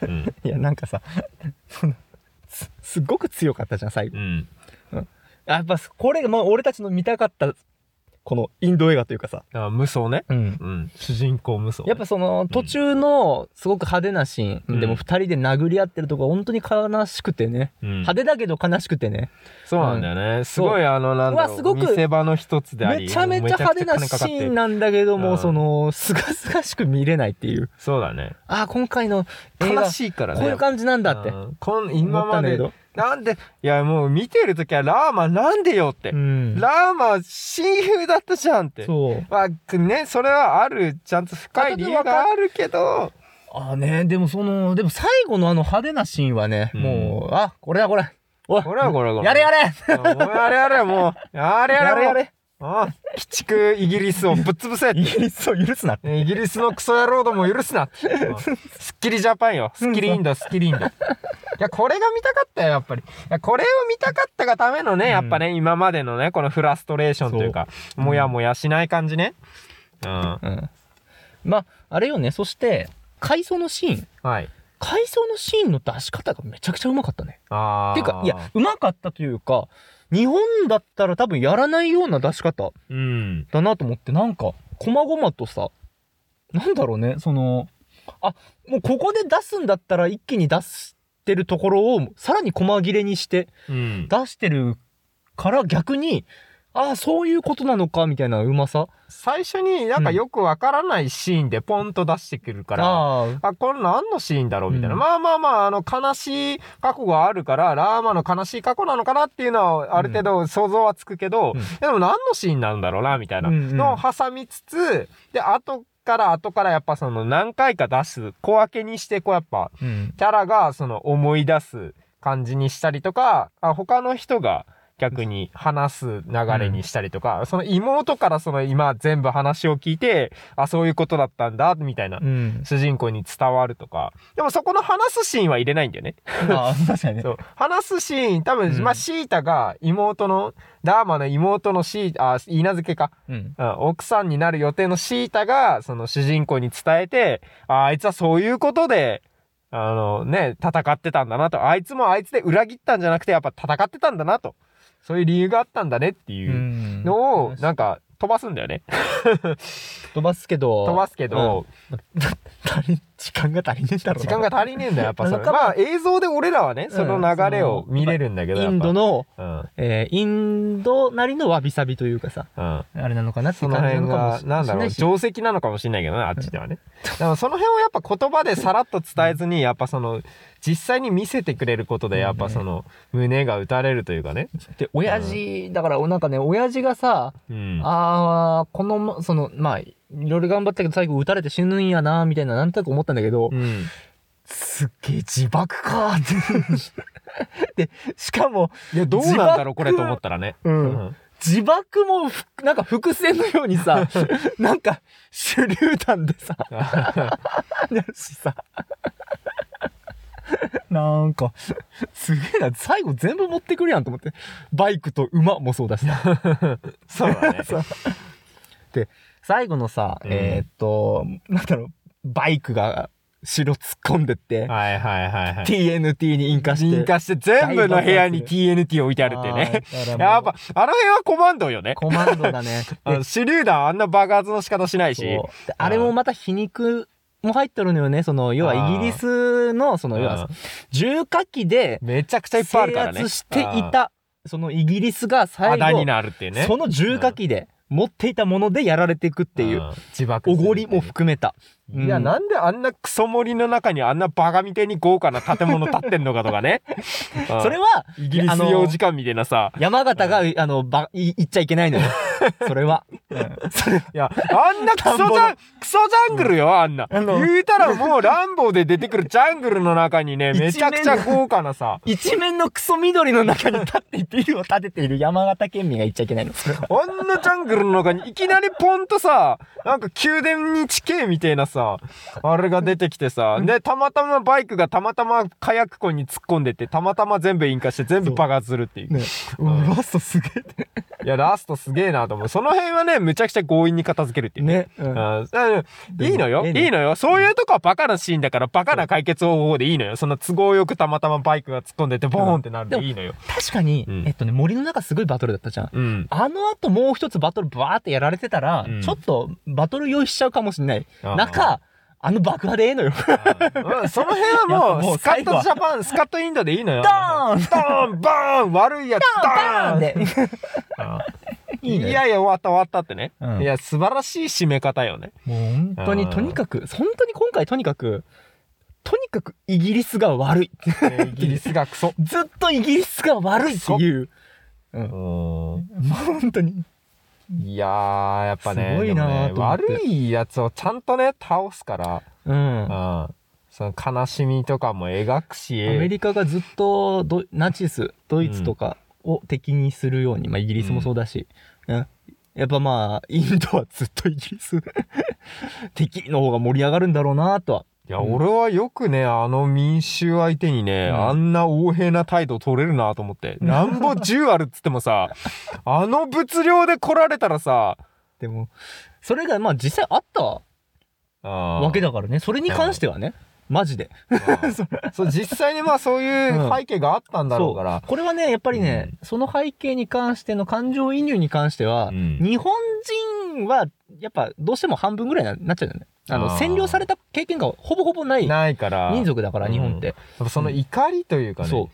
Speaker 2: うん、
Speaker 1: いやなんかさそのすすっごく強かったじゃん最後
Speaker 2: うん、
Speaker 1: やっぱこれがまあ俺たちの見たかったこのインド映画というかさ、
Speaker 2: あ無双ね、うん、主人公無双
Speaker 1: やっぱその途中のすごく派手なシーン、
Speaker 2: うん
Speaker 1: でも2人で殴り合ってるとこ本当に悲しくてね、
Speaker 2: うん
Speaker 1: 派手だけど悲しくてね
Speaker 2: そうなんだよね、すごいあのなん
Speaker 1: う
Speaker 2: だ
Speaker 1: わ
Speaker 2: ろう
Speaker 1: すごく
Speaker 2: 見せ場の一つであり
Speaker 1: めちゃめちゃ派手な
Speaker 2: もうめち
Speaker 1: シ
Speaker 2: ゃくちゃ金かかって
Speaker 1: ーンなんだけども、
Speaker 2: うん
Speaker 1: そのすがすがしく見れないっていう
Speaker 2: そうだね
Speaker 1: ああ今回の映画
Speaker 2: 悲しいからね
Speaker 1: こういう感じなんだって
Speaker 2: うんこん今
Speaker 1: 思った
Speaker 2: ま
Speaker 1: んだけ
Speaker 2: で
Speaker 1: ど、
Speaker 2: なんでいやもう見てる時はラーマなんでよって、
Speaker 1: うん、
Speaker 2: ラーマ親友だったじゃんって
Speaker 1: そう
Speaker 2: まあくねそれはあるちゃんと深い理由があるけど
Speaker 1: ああねでもそのでも最後のあの派手なシーンはね、
Speaker 2: うん
Speaker 1: もうあこれだこれおい
Speaker 2: これはこれはこれ
Speaker 1: やれやれ
Speaker 2: うんもうあれあれもうあれあれ
Speaker 1: やれや
Speaker 2: もううん鬼畜イギリスをぶっ潰せ
Speaker 1: イギリスを許すなって
Speaker 2: イギリスのクソ野郎ども許すなってうんスッキリジャパンよスッキリインドスッキリインドいやこれが見たかったよやっぱりいやこれを見たかったがためのねやっぱね今までのねこのフラストレーションというか
Speaker 1: う
Speaker 2: もやもやしない感じねうん
Speaker 1: うんまああれよねそして回想のシーン
Speaker 2: はい
Speaker 1: 回想のシーンの出し方がめちゃくちゃうまかったね
Speaker 2: ああ
Speaker 1: ていうかいやうまかったというか日本だったら多分やらないような出し方
Speaker 2: うん
Speaker 1: だなと思ってなんか細々とさなんだろうねそのあもうここで出すんだったら一気に出してるところをさらに細切れにして
Speaker 2: うん
Speaker 1: 出してるから逆にああそういうことなのかみたいなうまさ
Speaker 2: 最初になんかよくわからないシーンでポンと出してくるから、
Speaker 1: あー
Speaker 2: あ、これ何のシーンだろうみたいな。
Speaker 1: うん
Speaker 2: まあまあまあ、あの、悲しい過去があるから、ラーマの悲しい過去なのかなっていうのは、ある程度想像はつくけど、
Speaker 1: うん
Speaker 2: でも何のシーンなんだろうな、みたいな。
Speaker 1: うんうん
Speaker 2: のを挟みつつ、で、後から後からやっぱその何回か出す、小分けにして、こうやっぱ、
Speaker 1: うん
Speaker 2: キャラがその思い出す感じにしたりとか、あ他の人が逆に話す流れにしたりとか、その妹からその今全部話を聞いて、あ、そういうことだったんだ、みたいな
Speaker 1: う。ん
Speaker 2: 主人公に伝わるとか。でもそこの話すシーンは入れないんだよね。
Speaker 1: あー 確かにね
Speaker 2: そう。話すシーン、多分、
Speaker 1: うん
Speaker 2: まあ、シータが妹の、ダーマの妹のシータ、あ、稲漬けか。
Speaker 1: うん
Speaker 2: うん、奥さんになる予定のシータが、その主人公に伝えて、ああいつはそういうことで、あのね、戦ってたんだなと。あいつもあいつで裏切ったんじゃなくて、やっぱ戦ってたんだなと。そういう理由があったんだねって
Speaker 1: う
Speaker 2: いうんのを、
Speaker 1: 飛
Speaker 2: なんか、飛ばすんだよね。
Speaker 1: ばすけど
Speaker 2: 飛ばすけど、
Speaker 1: 足り 時間が足りねえんだ ろうな
Speaker 2: 時間が足りねえんだよやっぱそれ
Speaker 1: なのかな
Speaker 2: まあ映像で俺らはねその流れを見れるんだけど
Speaker 1: イ
Speaker 2: やっぱ
Speaker 1: ンドの、
Speaker 2: うん
Speaker 1: えーインドなりのわびさびというかさ
Speaker 2: うん
Speaker 1: あれなのかなって
Speaker 2: そ
Speaker 1: 感
Speaker 2: の
Speaker 1: じな
Speaker 2: 辺
Speaker 1: のかも
Speaker 2: が
Speaker 1: しれな
Speaker 2: ないんだろう
Speaker 1: し
Speaker 2: 定石なのかもしれないけどねあっちではねでもその辺をやっぱ言葉でさらっと伝えずにやっぱその実際に見せてくれることでやっぱその胸が打たれるというかね
Speaker 1: で親父だからなんかね親父がさ
Speaker 2: うん
Speaker 1: ああこのそのまあいろいろ頑張ったけど最後撃たれて死ぬんやなみたいななんとなく思ったんだけど、
Speaker 2: うん
Speaker 1: すっげえ自爆かーって でしかも、
Speaker 2: いやどうなんだろうこれと思ったらね
Speaker 1: う
Speaker 2: うん ん
Speaker 1: 自爆もふなんか伏線のように さなんか手榴弾でさだしさ。なんか、すげえな。最後全部持ってくるやんと思って。バイクと馬もそうだしさ。
Speaker 2: そうだね
Speaker 1: そうで、最後のさ、
Speaker 2: うん
Speaker 1: えーっと、なんだろう、バイクが城突っ込んでって、
Speaker 2: はいはいはいはい
Speaker 1: TNT に引火して。
Speaker 2: 進化して全部の部屋に TNT 置いてあるってね
Speaker 1: あー。だからもう
Speaker 2: やっぱ、あの辺はコマンドよね。
Speaker 1: コマンドだね。
Speaker 2: あの手榴弾あんな爆発の仕方しないし。
Speaker 1: そうであれもまた皮肉も入っとるのよね。その、要はイギリスの、その、
Speaker 2: うん
Speaker 1: 要は、重火器で、
Speaker 2: めちゃくちゃいっぱいある
Speaker 1: 制
Speaker 2: からね。
Speaker 1: 圧していた、そのイギリスが最
Speaker 2: あだ
Speaker 1: 後、
Speaker 2: になるっていうね。
Speaker 1: その重火器で持っていたものでやられていくっていう、
Speaker 2: ん自爆
Speaker 1: お
Speaker 2: する
Speaker 1: ごりも含めた。うん
Speaker 2: いや、なんであんなクソ森の中にあんなバカみてえに豪華な建物建ってんのかとかね。 うん
Speaker 1: それは、
Speaker 2: イギリ
Speaker 1: あ
Speaker 2: ス
Speaker 1: の
Speaker 2: 用時間みたいなさ。
Speaker 1: 山形が、あの、ば、い言っちゃいけない のよ。それは。それはい
Speaker 2: や、あんなクソジ
Speaker 1: 田んぼ
Speaker 2: ャ
Speaker 1: の
Speaker 2: ン、クソジャングルよ、あんな。
Speaker 1: あの
Speaker 2: 言うたらもうランボーで出てくるジャングルの中に ね、
Speaker 1: 一面
Speaker 2: めちゃくちゃ豪華なさ。
Speaker 1: 一面のクソ緑の中に立ってビルを建てている山形県民が言っちゃいけないの。それは
Speaker 2: あんなジャングルの中にいきなりポンとさ、なんか宮殿に地形みたいなさ、あれが出てきてさ、で、たまたまバイクがたまたま火薬庫に突っ込んでて、たまたま全部引火して全部爆発するっていう。
Speaker 1: ね、うわラストすげえって
Speaker 2: いや、ラストすげえなと思う。その辺はね、むちゃくちゃ強引に片付けるっていう。
Speaker 1: ね。
Speaker 2: うん
Speaker 1: うん
Speaker 2: だからいいのよ、
Speaker 1: でもね
Speaker 2: いいのよ。そういうとこはバカなシーンだから、バカな解決方法でいいのよ。その都合よくたまたまバイクが突っ込んでて、ボーンってなるんでいいのよ。
Speaker 1: 確かに、
Speaker 2: うん
Speaker 1: えっとね、森の中すごいバトルだったじゃん。
Speaker 2: うん。
Speaker 1: あの後もう一つバトルバーってやられてたら、
Speaker 2: うん
Speaker 1: ちょっとバトル用意しちゃうかもしんない。
Speaker 2: あー
Speaker 1: 中、あの爆破でええのよ。
Speaker 2: うんその辺はも
Speaker 1: やっぱも
Speaker 2: う、
Speaker 1: う
Speaker 2: スカッ
Speaker 1: 最後
Speaker 2: ト
Speaker 1: は
Speaker 2: ジャパン、スカットインドでいいのよ。
Speaker 1: ドーン
Speaker 2: ドーンバーン悪いやつドー
Speaker 1: バー
Speaker 2: ン
Speaker 1: ンで。
Speaker 2: うん
Speaker 1: いいね
Speaker 2: いやいや、終わった終わったってね。
Speaker 1: うん
Speaker 2: いや、素晴らしい締め方よね。
Speaker 1: もう本当
Speaker 2: うん
Speaker 1: に、とにかく、本当に今回とにかく、とにかくイギリスが悪い。
Speaker 2: イギリスがクソ。
Speaker 1: ずっとイギリスが悪いっていう。
Speaker 2: うーん
Speaker 1: もう本当に。
Speaker 2: いやー、やっぱね、
Speaker 1: すごいなー
Speaker 2: で
Speaker 1: と
Speaker 2: も
Speaker 1: 思っ
Speaker 2: ね
Speaker 1: て
Speaker 2: 悪いやつをちゃんとね、倒すから、
Speaker 1: うん。ア
Speaker 2: うん。その悲しみとかも描くし、
Speaker 1: メリカがずっとドナチス、ドイツとかを敵にするように、まあイギリスもそうだし、うんやっぱまあ、インドはずっとイギリス 敵の方が盛り上がるんだろうなとは。
Speaker 2: いや、
Speaker 1: うん
Speaker 2: 俺はよくね、あの民衆相手にね、
Speaker 1: うん
Speaker 2: あんな横柄な態度取れるなと思って。なんぼ10あるっつっても さ、あの物量で来られたらさ、
Speaker 1: でも、それがまあ実際あったわ
Speaker 2: わ
Speaker 1: けだからね。それに関してはね、マジで。
Speaker 2: そう実際にまあそういう背景があったんだろうから、
Speaker 1: これはね、やっぱりね、その背景に関しての感情移入に関しては、
Speaker 2: うん
Speaker 1: 日本人は、やっぱどうしても半分ぐらいになっちゃうんだよね。あの、
Speaker 2: あー
Speaker 1: 占領された経験がほぼほぼない
Speaker 2: ないから
Speaker 1: 民族だから、
Speaker 2: うん
Speaker 1: 日本って。
Speaker 2: その怒りというかね、
Speaker 1: そ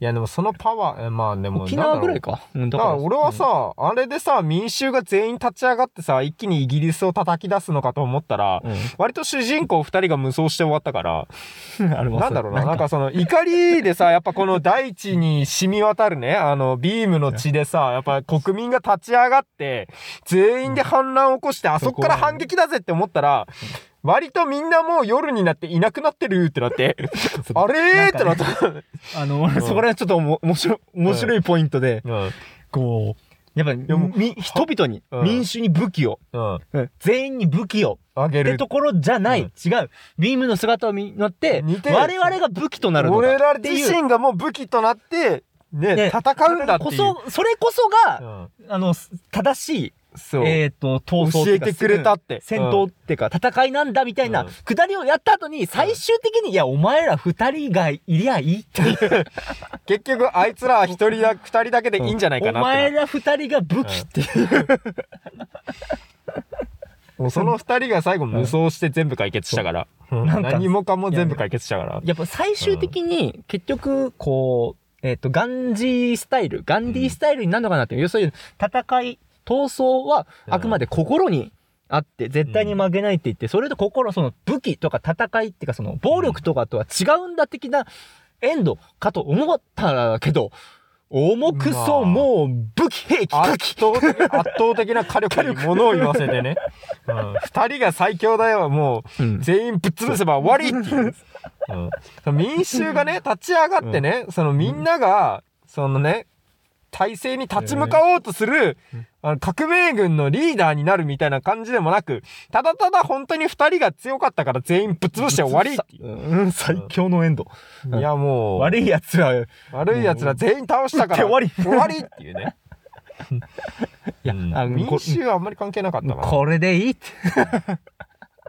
Speaker 2: いやでもそのパワーえまあで
Speaker 1: う。
Speaker 2: も
Speaker 1: 沖縄ぐら
Speaker 2: なん
Speaker 1: い
Speaker 2: だろ
Speaker 1: か。うん
Speaker 2: うだ
Speaker 1: だ
Speaker 2: から俺は、さ、あれでさ民衆が全員立ち上がってさ一気にイギリスを叩き出すのかと思ったら、
Speaker 1: うん う
Speaker 2: 割と主人公2人が無双して終わったから、
Speaker 1: んあれも
Speaker 2: なんだろうな、なんかその怒りでさ、やっぱこの大地に染み渡るね、あの、ビームの血でさ、やっぱ国民が立ち上がって、全員で反乱を起こして、あそこから反撃だぜって思ったら、割とみんなもう夜になっていなくなってるってな って、あれーってなった。
Speaker 1: あの、そこら辺ちょっとおも面白い面白いポイントで、
Speaker 2: うん。
Speaker 1: こう、やっぱ
Speaker 2: やもう
Speaker 1: み人々に
Speaker 2: うん、
Speaker 1: 民衆に武器を、
Speaker 2: うん。
Speaker 1: うん全員に武器を、
Speaker 2: あげ
Speaker 1: って
Speaker 2: る。
Speaker 1: ところじゃない、
Speaker 2: うん
Speaker 1: 違うビームの姿を見乗って
Speaker 2: 似てる
Speaker 1: 我々が武器となるのだ
Speaker 2: 俺ら
Speaker 1: って
Speaker 2: 自
Speaker 1: いう
Speaker 2: 身がもう武器となって、ね、
Speaker 1: ね
Speaker 2: 戦うんだって
Speaker 1: こ
Speaker 2: いう。
Speaker 1: そそれこそ
Speaker 2: う
Speaker 1: が、
Speaker 2: ん
Speaker 1: あのす正しい
Speaker 2: そう。
Speaker 1: えー、と闘争
Speaker 2: 教えてくれた
Speaker 1: っ
Speaker 2: って。
Speaker 1: 戦闘っていうか戦いなんだみたいな
Speaker 2: うん
Speaker 1: くだりをやった後に最終的に、いやお前ら二人がいりゃいいっていう
Speaker 2: 結局、あいつらは一人だ、二人だけでいいんじゃないかな
Speaker 1: お
Speaker 2: ってな
Speaker 1: 前ら二人が武器っていう、
Speaker 2: もうその二人が最後無双して全部解決したから。
Speaker 1: なんか
Speaker 2: 何もかも全部解決したから。
Speaker 1: やっぱ最終的に結局こう、えっとガンジースタイルガンディースタイルになるのかなっていう、要するに戦い闘争はあくまで心にあって絶対に負けないって言って、それと心その武器とか戦いっていうかその暴力とかとは違うんだ的なエンドかと思ったけど重く
Speaker 2: ま
Speaker 1: そ
Speaker 2: あ
Speaker 1: もう武器兵器武
Speaker 2: 圧
Speaker 1: 器
Speaker 2: 倒的圧倒的な火力に物を言わせてね。うん二人が最強だよ、もう。
Speaker 1: うん
Speaker 2: 全員ぶっ潰せば終わりっていう。うん、民衆がね、立ち上がってね、そのみんなが、そのね、体制に立ち向かおうとする、あの革命軍のリーダーになるみたいな感じでもなく、ただただ本当に二人が強かったから全員ぶっ潰して終わりっていう。
Speaker 1: うん最強のエンド、うん
Speaker 2: いやもう、悪い
Speaker 1: 悪いやつらい
Speaker 2: 奴ら全員倒したから、
Speaker 1: うん終わり
Speaker 2: っていう ね。
Speaker 1: や、
Speaker 2: うん
Speaker 1: あ
Speaker 2: 民
Speaker 1: こ
Speaker 2: 衆はあんまり関係なかったな。
Speaker 1: これでいいって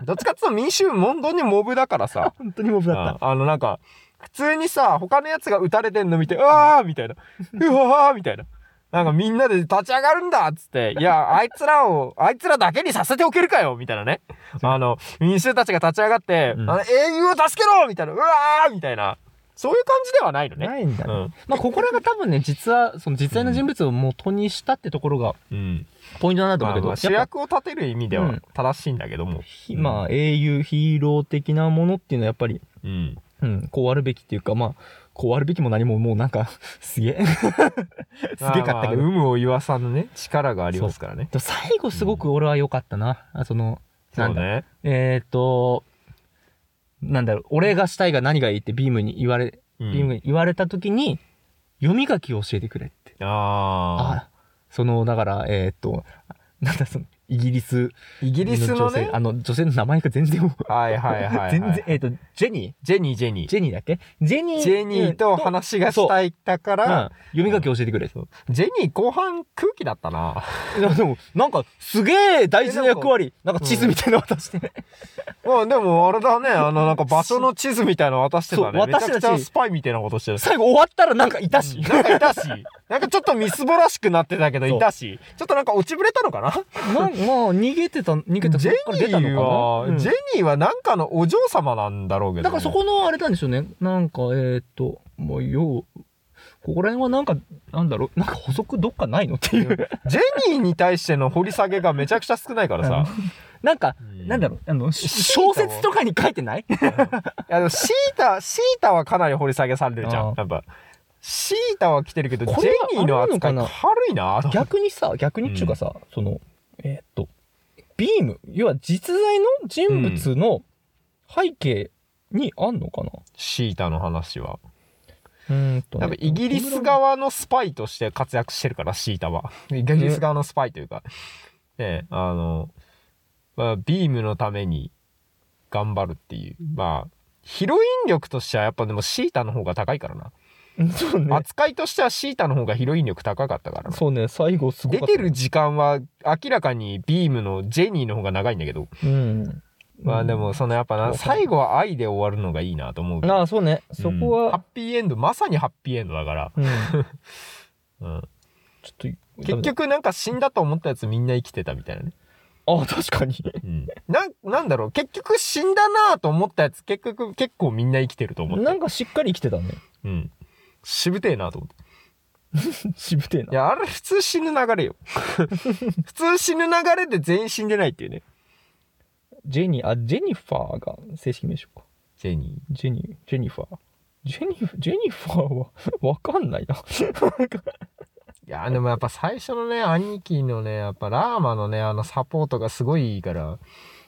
Speaker 2: どっちかっていうと民衆本当にモブだからさ。
Speaker 1: 本当にモ ブだった
Speaker 2: ああのなんか普通にさ他のやつが撃たれてんの見て「うわー!」みたいな「うわー!」みたいな。なんかみんなで立ち上がるんだっつって、いや、あいつらを、あいつらだけにさせておけるかよみたいなね。あの、民衆たちが立ち上がって、
Speaker 1: うん
Speaker 2: あの英雄を助けろみたいな、うわーみたいな。そういう感じではないのね。
Speaker 1: ないんだ、
Speaker 2: う
Speaker 1: ね
Speaker 2: ん。
Speaker 1: まあここらが多分ね実はその実在の人物を元にしたってところが
Speaker 2: うん。
Speaker 1: ポイントなんだと
Speaker 2: ま
Speaker 1: 思う
Speaker 2: あ
Speaker 1: けど、
Speaker 2: まあ主
Speaker 1: やっぱ
Speaker 2: 役を立てる意味で
Speaker 1: う
Speaker 2: は
Speaker 1: ん
Speaker 2: 正しいんだけども。
Speaker 1: ひまあ英雄ヒーロー的なものっていうのはやっぱり、
Speaker 2: うん。
Speaker 1: うん、こうあるべきっていうかまあこうあるべきも何ももうなんか すげえすげえかったけど、
Speaker 2: まあまあ有無を言わさぬね、力がありますからね。
Speaker 1: でも最後すごく俺は良かったな、あその
Speaker 2: そ
Speaker 1: な
Speaker 2: うん
Speaker 1: だ、
Speaker 2: ね。
Speaker 1: えっ、となんだろう俺がしたいが何がいいってビームに言われ、
Speaker 2: うん
Speaker 1: ビームに言われた時に読み書きを教えてくれって
Speaker 2: ああ。
Speaker 1: あそのだからえっ、となんだそのイギリス
Speaker 2: イギ
Speaker 1: イ
Speaker 2: リスのね、
Speaker 1: あの女性の名前が全然覚え
Speaker 2: はいはいはい、はい。
Speaker 1: 全然えっ、とジェニ
Speaker 2: ジェニー、ジェニ
Speaker 1: ージェニーだっけジェニ
Speaker 2: ー。
Speaker 1: ー
Speaker 2: ジェニーと話がしたいだか
Speaker 1: うん
Speaker 2: ら、
Speaker 1: 読み書き教えてくれ、
Speaker 2: ジェニー後半空気だった な。
Speaker 1: いやでもなんかすげえ大事な役割なんか地図みたいなの渡して、
Speaker 2: まあでもあれだね、あの なんか場所の地図みたいなの渡してたね。
Speaker 1: そう
Speaker 2: めちゃく
Speaker 1: 私
Speaker 2: ちゃ
Speaker 1: たち
Speaker 2: スパイみたいなことしてる。
Speaker 1: 最後終わったらなんかいたし、
Speaker 2: なんかいたし、 なんかちょっとみすぼらしくなってたけど
Speaker 1: そう
Speaker 2: いたし、ちょっとなんか落ちぶれたのかな
Speaker 1: なんまあ逃げてた逃げた
Speaker 2: ジェ
Speaker 1: そっから出た
Speaker 2: ニー
Speaker 1: のか
Speaker 2: は、
Speaker 1: なうん
Speaker 2: ジェニーはなんかのお嬢様なんだろうけどね、
Speaker 1: だからそこのあれなんでしょうねなんかえっ、ともうようここら辺はなんかなんだろうなんか補足どっかないのっていう
Speaker 2: ジェニーに対しての掘り下げがめちゃくちゃ少ないから
Speaker 1: あの
Speaker 2: さ。
Speaker 1: なんか、
Speaker 2: うん
Speaker 1: なんだろうあの小説とかに書いてない
Speaker 2: いやでもシータ、シータはかなり掘り下げされるじゃ
Speaker 1: あ
Speaker 2: ん。
Speaker 1: ー
Speaker 2: やっぱ。シータは来てるけど、ジ
Speaker 1: こ
Speaker 2: ェ
Speaker 1: れは
Speaker 2: ニーの
Speaker 1: あれなの
Speaker 2: 扱
Speaker 1: か
Speaker 2: い
Speaker 1: な
Speaker 2: 軽いな と
Speaker 1: 逆にさ逆にっていうかさ、そのえーっとビーム要は実在の人物の背景にあんのかな、
Speaker 2: シータの話は。
Speaker 1: うーんとね
Speaker 2: やっぱイギリス側のスパイとして活躍してるから、シータは。イギリス側のスパイというか。ねえあの、まあ、ビームのために頑張るっていう。まあ、ヒロイン力としてはやっぱでもシータの方が高いからな。
Speaker 1: うん そうね
Speaker 2: 扱いとしてはシータの方がヒロイン力高かったからな。
Speaker 1: そうね最後すご
Speaker 2: 出
Speaker 1: かった
Speaker 2: てる時間は明らかにビームのジェニーの方が長いんだけど。
Speaker 1: うん
Speaker 2: まあでもそのやっぱ
Speaker 1: う
Speaker 2: なん最後は愛で終わるのがいいなと思うけど
Speaker 1: ああそうねそこ
Speaker 2: うんハ
Speaker 1: は
Speaker 2: ッ、ピーエンドまさにハッピーエンドだから、
Speaker 1: うん
Speaker 2: うん、
Speaker 1: ちょっと
Speaker 2: 結局なんか死んだと思ったやつみんな生きてたみたいなね、
Speaker 1: ああ確かに
Speaker 2: うん、なんなんだろう結局死んだなと思ったやつ結局結構みんな生きてると思って
Speaker 1: なんかしっかり生きてたね
Speaker 2: うんしぶてえなと思って
Speaker 1: 渋てえ
Speaker 2: い
Speaker 1: な
Speaker 2: やあれ普通死ぬ流れ よ普通死ぬ流れで全員死んでないっていうね
Speaker 1: ジェニーあジェニファーが正式名称か
Speaker 2: ジェニ
Speaker 1: ジェニージェニファージェニフジェニファーはわかんないななんか
Speaker 2: ーいやでもやっぱ最初のね兄貴のねやっぱラーマのねあのサポートがすごいいいから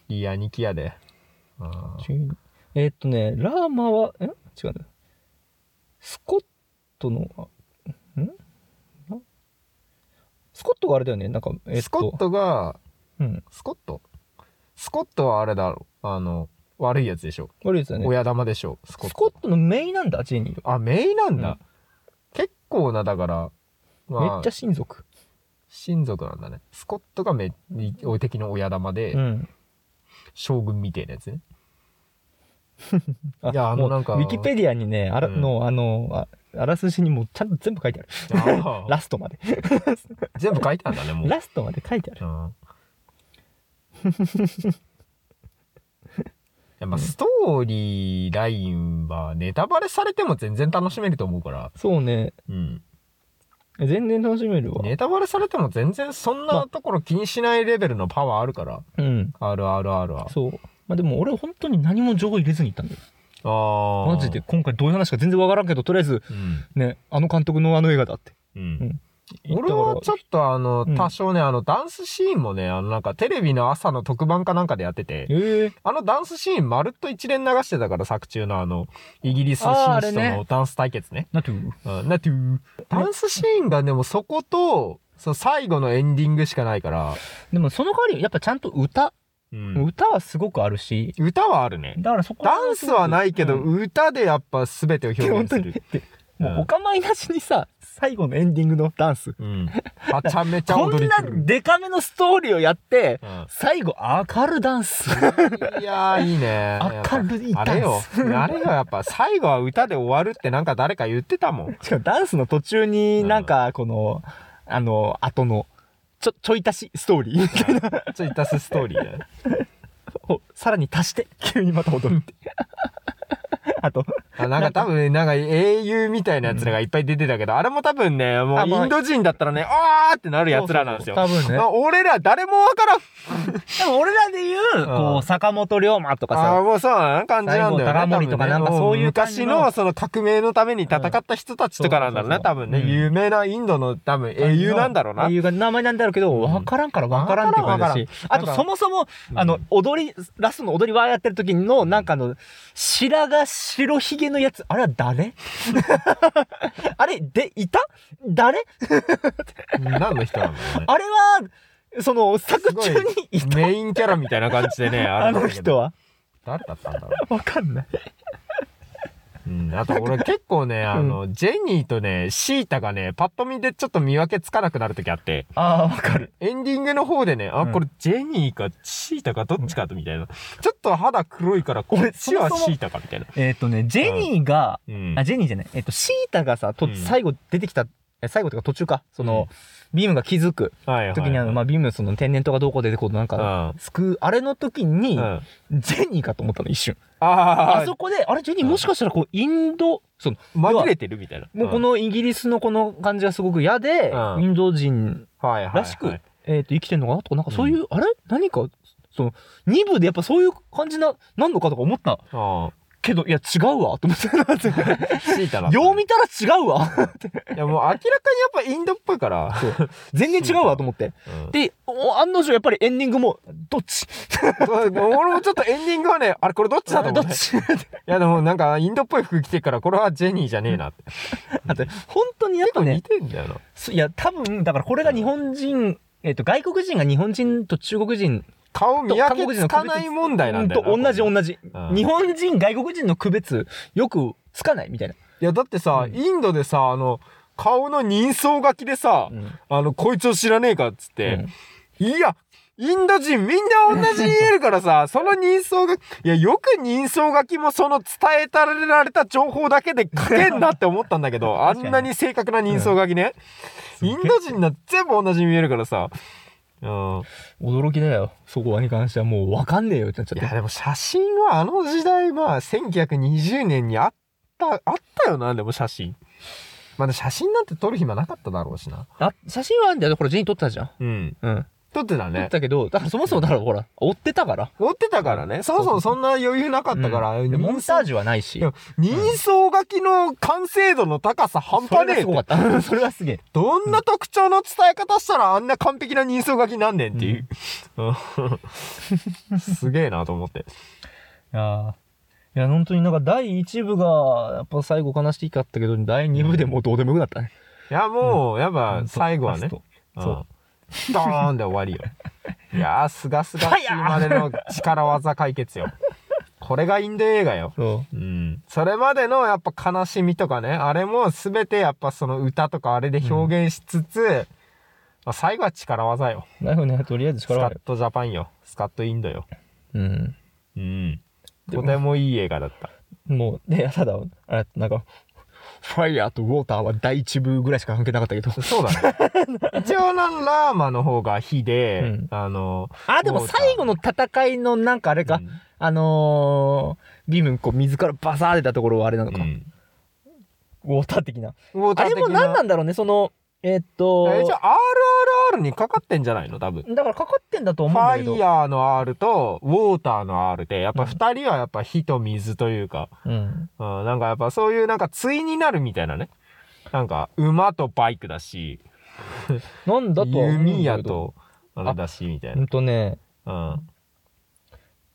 Speaker 2: いい兄貴やでうん
Speaker 1: 12えーっとね、ラーマは、ん違うね。スコットの、あんなスコットがあれだよね、なんか、えーっと、
Speaker 2: スコットが、
Speaker 1: うん、
Speaker 2: スコットスコットはあれだろう。あの、悪いやつでしょ。
Speaker 1: 悪いですよね。
Speaker 2: 親玉でしょ。スコッ
Speaker 1: ス
Speaker 2: ト。
Speaker 1: コットのメインなんだ、ジェニーは。
Speaker 2: あ、メイなんだ。
Speaker 1: うん
Speaker 2: 結構な、だから、まあ
Speaker 1: めっちゃ親族。
Speaker 2: 親族なんだね。スコットがめい敵の親玉で、
Speaker 1: うん。
Speaker 2: 将軍みたいなやつね。
Speaker 1: あ
Speaker 2: いやあの
Speaker 1: もう
Speaker 2: なんか
Speaker 1: ウィキペディアにね、あら、
Speaker 2: うん
Speaker 1: の、あの、ああらすじにもうちゃんと全部書いてある。
Speaker 2: あー
Speaker 1: ラストまで。
Speaker 2: 全部書いてあるんだね、もう。
Speaker 1: ラス トまで書いてある。
Speaker 2: うんやっぱストーリーラインはネタバレされても全然楽しめると思うから、
Speaker 1: そうね。
Speaker 2: うん。
Speaker 1: 全然楽しめるわ。
Speaker 2: ネタバレされても全然そん
Speaker 1: ま
Speaker 2: な
Speaker 1: あ
Speaker 2: ところ気にしないレベルのパワーあるから、
Speaker 1: うん。
Speaker 2: RRR は。
Speaker 1: そう。まあでも俺本当に何も情報入れずに行ったんだよ。
Speaker 2: ああ。
Speaker 1: マジで。今回どういう話か全然わからんけど、とりあえず
Speaker 2: うん。
Speaker 1: ね、あの監督のあの映画だって。
Speaker 2: うん
Speaker 1: うん
Speaker 2: 俺はちょっとあの
Speaker 1: うん
Speaker 2: 多少ね、あのダンスシーンもねあのなんかテレビの朝の特番かなんかでやってて
Speaker 1: ええ
Speaker 2: あのダンスシーンまるっと一連流してたから作中のあのイギリス
Speaker 1: あーあ
Speaker 2: 紳
Speaker 1: れ
Speaker 2: 士
Speaker 1: ね
Speaker 2: とのダンス対決ね
Speaker 1: なんていう
Speaker 2: うんなんていうダンスシーンがでもそことそう最後のエンディングしかないから、
Speaker 1: でもその代わり、やっぱちゃんと歌、
Speaker 2: うん
Speaker 1: 歌はすごくあるし、
Speaker 2: 歌はあるね
Speaker 1: だからそこ
Speaker 2: ダンスはないけど、
Speaker 1: うん
Speaker 2: 歌でやっぱ全てを表
Speaker 1: 本
Speaker 2: 現
Speaker 1: 当
Speaker 2: す
Speaker 1: に
Speaker 2: る、
Speaker 1: も
Speaker 2: う
Speaker 1: うんお構いなしにさ、最後のエンディングのダンス。
Speaker 2: うん、はちゃめちゃ
Speaker 1: こ
Speaker 2: 踊
Speaker 1: ん
Speaker 2: り
Speaker 1: な
Speaker 2: 狂う
Speaker 1: デカめのストーリーをやって、
Speaker 2: うん
Speaker 1: 最後、明るダン ス。
Speaker 2: いやーいいね
Speaker 1: 明るい
Speaker 2: あれ
Speaker 1: ダ
Speaker 2: よ
Speaker 1: ン、ス。
Speaker 2: あれよ、やっぱ最後は歌で終わるってなんか誰か言ってたもん。
Speaker 1: しかもダンスの途中になんか、この、あの、後の、ちょ、ちょい足しストーリー
Speaker 2: ツイッタスストーリーだよ。
Speaker 1: をさらに足して、急にまた踊るっ て。あと、
Speaker 2: あなんか多分、なんか英雄みたいなやつらがいっぱい出てたけど、あれも多分ね、も
Speaker 1: あ
Speaker 2: うイ
Speaker 1: まあ
Speaker 2: ンド人だったらね、あーってなるやつらなんですよ。
Speaker 1: 多分ね。
Speaker 2: あ俺ら誰もわからん。
Speaker 1: でも俺らで言う、こう、坂本龍馬とか
Speaker 2: ああー、
Speaker 1: さ、
Speaker 2: もうそうな感じなんだよね。
Speaker 1: 最後高森とか
Speaker 2: 多分ね
Speaker 1: なんかそういう
Speaker 2: も
Speaker 1: 感じ
Speaker 2: 昔
Speaker 1: の
Speaker 2: のその革命のために戦った人たちとかなんだろう
Speaker 1: う
Speaker 2: ね、
Speaker 1: ん
Speaker 2: 多分ね。
Speaker 1: うん
Speaker 2: 有名なインドの多分英雄なんだろうな
Speaker 1: 英。雄が名前なんだろうけど、
Speaker 2: ん
Speaker 1: わからんからわからんって感じだし。あ
Speaker 2: わからんわからん
Speaker 1: と、そもそも、
Speaker 2: うん
Speaker 1: あの、踊り、ラストの踊りわーやってる時の、なんかあの、白髪白ひげのやつ、あれは 誰あれ、で、いた誰
Speaker 2: 何の人なんだろうね。
Speaker 1: あれは、その、作中
Speaker 2: すご
Speaker 1: にいた
Speaker 2: メインキャラみたいな感じでね、
Speaker 1: あ
Speaker 2: れだ
Speaker 1: の
Speaker 2: けど
Speaker 1: 人は。
Speaker 2: 誰だったんだろう。
Speaker 1: わかんない。
Speaker 2: うん、あと俺結構ね、あの、ジェニーとね、シータがね、パッと見でちょっと見分けつかなくなる時あって、
Speaker 1: ああ、わかる。
Speaker 2: エンディングの方でね、あ、
Speaker 1: うん
Speaker 2: これジェニーかシータかどっちかとみたいな。ちょっと肌黒いから、こっちは
Speaker 1: 俺そもそも
Speaker 2: シータかみたいな。
Speaker 1: えっ、とね、ジェニーが、
Speaker 2: うん
Speaker 1: あ、。ジェニーじゃない、えっ、と、シータがさ、と
Speaker 2: うん
Speaker 1: 最後出てきた、え最後というか途中か、その、ビームが気づく
Speaker 2: はいはい。
Speaker 1: 時にあの、まあ、ビームその天然痘がどうこう出てこうなんか、救う、あれの時
Speaker 2: う
Speaker 1: に
Speaker 2: ん。う、ん。
Speaker 1: ジェニーかと思ったの、一瞬。
Speaker 2: あ
Speaker 1: あ
Speaker 2: あ
Speaker 1: そ、こで、あれ、ジェニーもしかしたら、こう、インド、その、
Speaker 2: 紛れてるみたいな。
Speaker 1: もうこのイギリスのこの感じがすごく嫌で、
Speaker 2: うん
Speaker 1: インド人
Speaker 2: うん、はいはいはい
Speaker 1: らしく、えっ、と、生きてんのかなとか、なんかそういう、あれ何か、その、2部でやっぱそういう感じな、なんのかとか思った
Speaker 2: あ
Speaker 1: けど、いや、違うわ、と思 って、
Speaker 2: あシータだ った。
Speaker 1: よう見たら違うわ。
Speaker 2: いやもう明らかにやっぱインドっぽいから。
Speaker 1: 全然違うわ、と思って。
Speaker 2: うん
Speaker 1: で、お案の定、やっぱりエンディングも、どっち
Speaker 2: 俺もちょっとエンディングはね、あれこれどっちだと思
Speaker 1: ど
Speaker 2: っ。
Speaker 1: って
Speaker 2: い
Speaker 1: ち
Speaker 2: やでもなんかインドっぽい服着てるから、これはジェニーじゃねえなって。
Speaker 1: あと、本当にやっ
Speaker 2: 結
Speaker 1: ぱ
Speaker 2: 構
Speaker 1: ね
Speaker 2: 似、てんだよな。
Speaker 1: すいや、多分、だからこれが日本人、えっ、と、外国人が日本人と中国人
Speaker 2: 顔見分けつかない問題なんだ
Speaker 1: と
Speaker 2: よ
Speaker 1: 同
Speaker 2: な
Speaker 1: じ
Speaker 2: これ
Speaker 1: 同じ。
Speaker 2: うん
Speaker 1: 日本人、外国人の区別、よくつかないみたいな。
Speaker 2: いやだってさ、
Speaker 1: うん
Speaker 2: インドでさあの顔の人相書きでさ、あのこいつを知らねえかっつって、いやインド人みんな同じに見えるからさその人相書きいやよく人相書きもその伝えたられた情報だけで書けんなって思ったんだけどあ
Speaker 1: 確か
Speaker 2: ん
Speaker 1: に
Speaker 2: なに正確な人相書きね、インド人なんて全部同じに見えるからさうん
Speaker 1: 驚きだよそこに関してはもう分かんねえよってなっち
Speaker 2: い
Speaker 1: ゃっ
Speaker 2: や
Speaker 1: て
Speaker 2: でも写真はあの時代まあ1920年にあったあったよなでも写真まだ写真なんて撮る暇なかっただろうしな
Speaker 1: あ写真はあるんだよこれジェニー撮ってたじゃん
Speaker 2: うん
Speaker 1: うん
Speaker 2: 撮ってた
Speaker 1: 撮っ
Speaker 2: ね
Speaker 1: たけどだからそもそもだからほら追ってたから
Speaker 2: 撮ってたからねそもそもそんな余裕なかったから、
Speaker 1: でモンタージュはない
Speaker 2: い
Speaker 1: し
Speaker 2: や人相書きの完成度の高さ半
Speaker 1: それが
Speaker 2: 端ねえ
Speaker 1: す
Speaker 2: っ
Speaker 1: ごか
Speaker 2: て
Speaker 1: った それはすげえ
Speaker 2: どんな特徴の伝え方したらあんな完璧な人相書きなんねんっていう、うん すげえなと思って
Speaker 1: いやいや本当になんか第1部がやっぱ最後悲しかったけど第2部でもうどうでもよくなったね
Speaker 2: いやもうやっぱ最後はね
Speaker 1: ラスト
Speaker 2: そ。
Speaker 1: そう
Speaker 2: ドーンで終わりよ。いやー、すがすがしいまでの力技解決よ。これがインド映画よ。
Speaker 1: そ
Speaker 2: うん。それまでのやっぱ悲しみとかね、あれも全てやっぱその歌とかあれで表現しつつ、まあ最後は力技よ。
Speaker 1: うなるほどねとりあえず
Speaker 2: スカ
Speaker 1: 力はあ
Speaker 2: ッ
Speaker 1: る
Speaker 2: トジャパンよ。スカットインドよ。
Speaker 1: うん
Speaker 2: うん。
Speaker 1: で
Speaker 2: と
Speaker 1: も
Speaker 2: てもいい映画だった。
Speaker 1: もうねただあれなんかファイヤーとウォーターは第1部ぐらいしか関係なかったけ ど
Speaker 2: そうだね。一応なんラーマの方が火で、
Speaker 1: うん
Speaker 2: あの、
Speaker 1: あでも最後の戦いのなんかあれか、
Speaker 2: うん
Speaker 1: あのー、ビーム、こう、水からバサー出たところはあれなのか、
Speaker 2: うん
Speaker 1: ウォーター的な。
Speaker 2: ウォータ
Speaker 1: あ
Speaker 2: ー
Speaker 1: れ
Speaker 2: 的
Speaker 1: も何なんだろうね、その、えーっと、
Speaker 2: えじゃあ RRR にかかってんじゃないの多分
Speaker 1: だからかかってんだと
Speaker 2: フ
Speaker 1: 思うんだ
Speaker 2: ァ
Speaker 1: けど。
Speaker 2: イヤーの R とウォーターの R でやっぱ2人はやっぱ火と水というか、
Speaker 1: うん。
Speaker 2: うん、なんかやっぱそういうなんか対になるみたいなねなんか馬とバイクだし
Speaker 1: なんだとは思うんだけど
Speaker 2: 弓矢。とあれだしみたい
Speaker 1: ほんとね、
Speaker 2: な、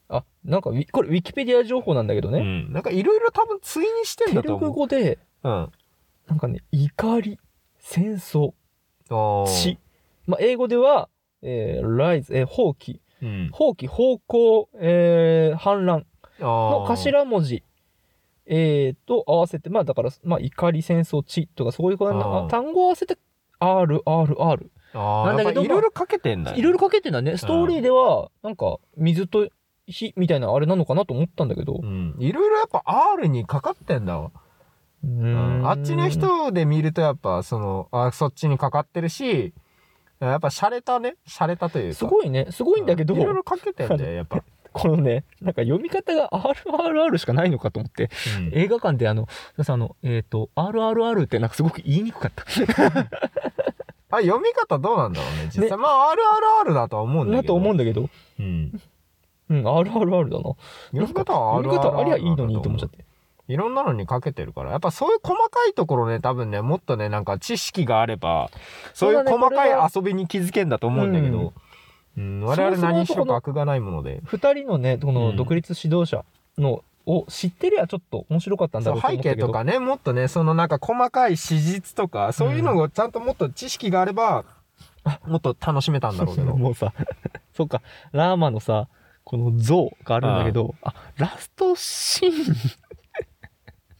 Speaker 1: あ、なんかウィ、これ、ウィキペディア情報なんだけど
Speaker 2: うん
Speaker 1: ね。
Speaker 2: うん、なんかいろいろ多分対にしてん
Speaker 1: テ
Speaker 2: だ
Speaker 1: ル
Speaker 2: と
Speaker 1: グ
Speaker 2: 思う、
Speaker 1: 語で、
Speaker 2: うん、
Speaker 1: なんかね、怒り、戦争、
Speaker 2: おー
Speaker 1: 死。まあ、英語では、えー、ライズ、えー、放棄、
Speaker 2: うん、
Speaker 1: 放棄、方向、えー、反乱の
Speaker 2: の
Speaker 1: 頭文字、えー、と合わせて、まあ、だから、まあ、怒り、戦争、地とか、そういうこと
Speaker 2: あ
Speaker 1: な
Speaker 2: ー
Speaker 1: 単語を合わせて、R、R、R。
Speaker 2: な
Speaker 1: なんん
Speaker 2: だ
Speaker 1: だけ
Speaker 2: けど
Speaker 1: ど
Speaker 2: いろいろかけてんだよ
Speaker 1: いろいろかけてんだね。ストーリーでは、なんか、水と火みたいなあれなのかなと思ったんだけど
Speaker 2: う。ん、いろいろやっぱ R にかかってんだわ、
Speaker 1: う
Speaker 2: うんん、あっちの。人で見るとやっぱそのあそっちにかかってるしやっぱ洒落たね洒落たというか
Speaker 1: すごいね。すごいんだけど
Speaker 2: う、いろいろかけてんだよやっ ぱ、
Speaker 1: このね、なんか読み方が RRR しかないのかと思って、
Speaker 2: うん
Speaker 1: 映画館であの、皆さんあの、えっ、と、RRR ってなんかすごく言いにくかった。
Speaker 2: あ読み方どうなんだろうね実際、
Speaker 1: ね
Speaker 2: まあ RRR だとは思うんだ
Speaker 1: な
Speaker 2: け
Speaker 1: と
Speaker 2: ど
Speaker 1: 思うんだけど、
Speaker 2: うん、
Speaker 1: うん、RRR だな。
Speaker 2: 読み方は
Speaker 1: 読み方
Speaker 2: RRR
Speaker 1: ありゃいいのにと思っちゃって。
Speaker 2: いろんなのにかけてるからやっぱそういう細かいところね多分ねもっとねなんか知識があればそういう
Speaker 1: そうだね
Speaker 2: 細かい
Speaker 1: これは
Speaker 2: 遊びに気づけんだと思うんだけど、うん我々何しろ学がないもので
Speaker 1: 二人のね、こ
Speaker 2: う
Speaker 1: の
Speaker 2: ん
Speaker 1: 独立指導者の、を知ってりゃちょっと面白かったんだ
Speaker 2: そ
Speaker 1: ろ
Speaker 2: う
Speaker 1: うと思
Speaker 2: 背
Speaker 1: ったけ
Speaker 2: 景
Speaker 1: ど
Speaker 2: とかねもっとねそのなんか細かい史実とかそういうのをちゃんともっと知識があれば、もっと楽しめたんだろうけ ど
Speaker 1: もうさ、そうか、ラーマのさ、この像があるんだけど、あラストシーン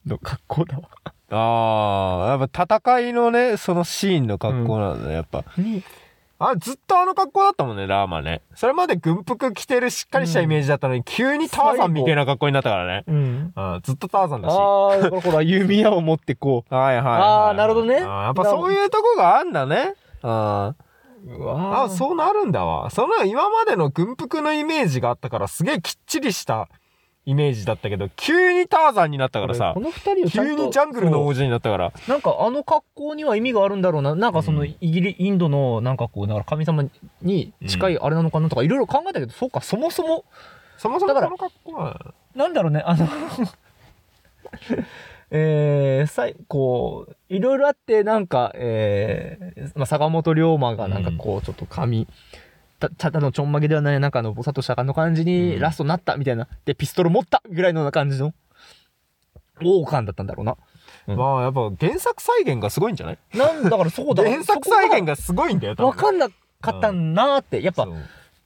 Speaker 1: の格好だわ。
Speaker 2: ああやっぱ戦いのねそのシーンの格好なんだね、やっぱ
Speaker 1: に、
Speaker 2: あずっとあの格好だったもんねラーマねそれまで軍服着てるしっかりしたイメージだったのに、急にターザンみたいな格好になったからね
Speaker 1: うん。
Speaker 2: あずっとターザンだし
Speaker 1: ああ、だからほら、弓矢を持ってこ
Speaker 2: はいはいはい、
Speaker 1: あーなるほどね
Speaker 2: あーやっぱそういうとこがあんだねあー
Speaker 1: う。うわ
Speaker 2: あ そうなるんだわその今までの軍服のイメージがあったからすげえきっちりしたイメージだったけど急にターザンになったからさ
Speaker 1: この二人をちゃん
Speaker 2: 急
Speaker 1: と
Speaker 2: にジャングルの
Speaker 1: そ
Speaker 2: 王子になったから
Speaker 1: うなんかあの格好には意味があるんだろうななんかその
Speaker 2: うん
Speaker 1: イギリ、インドのなんかこうだから神様に近いあれなのかなとかいろいろ考えたけど、そうかそもそも
Speaker 2: そもそも
Speaker 1: だ
Speaker 2: こ
Speaker 1: から
Speaker 2: の格好は
Speaker 1: なんだろうね、あの、えー、さい、こう、いろいろあって、なんか、えー、まあ、坂本龍馬がなんかこう、ちょっと髪、た、ただのちょんまげではない、なんかあの、ぼさっとしたの感じ
Speaker 2: うん
Speaker 1: に、ラストなった、みたいな。で、ピストル持ったぐらいのような感じの、王冠だったんだろうな。うん
Speaker 2: まあやっぱ原作再現がすごいんじゃない
Speaker 1: なんだから、そう だ
Speaker 2: 原作再現
Speaker 1: が
Speaker 2: がすごいんだよ多分
Speaker 1: わかんなかったなーって、やっぱ、
Speaker 2: そう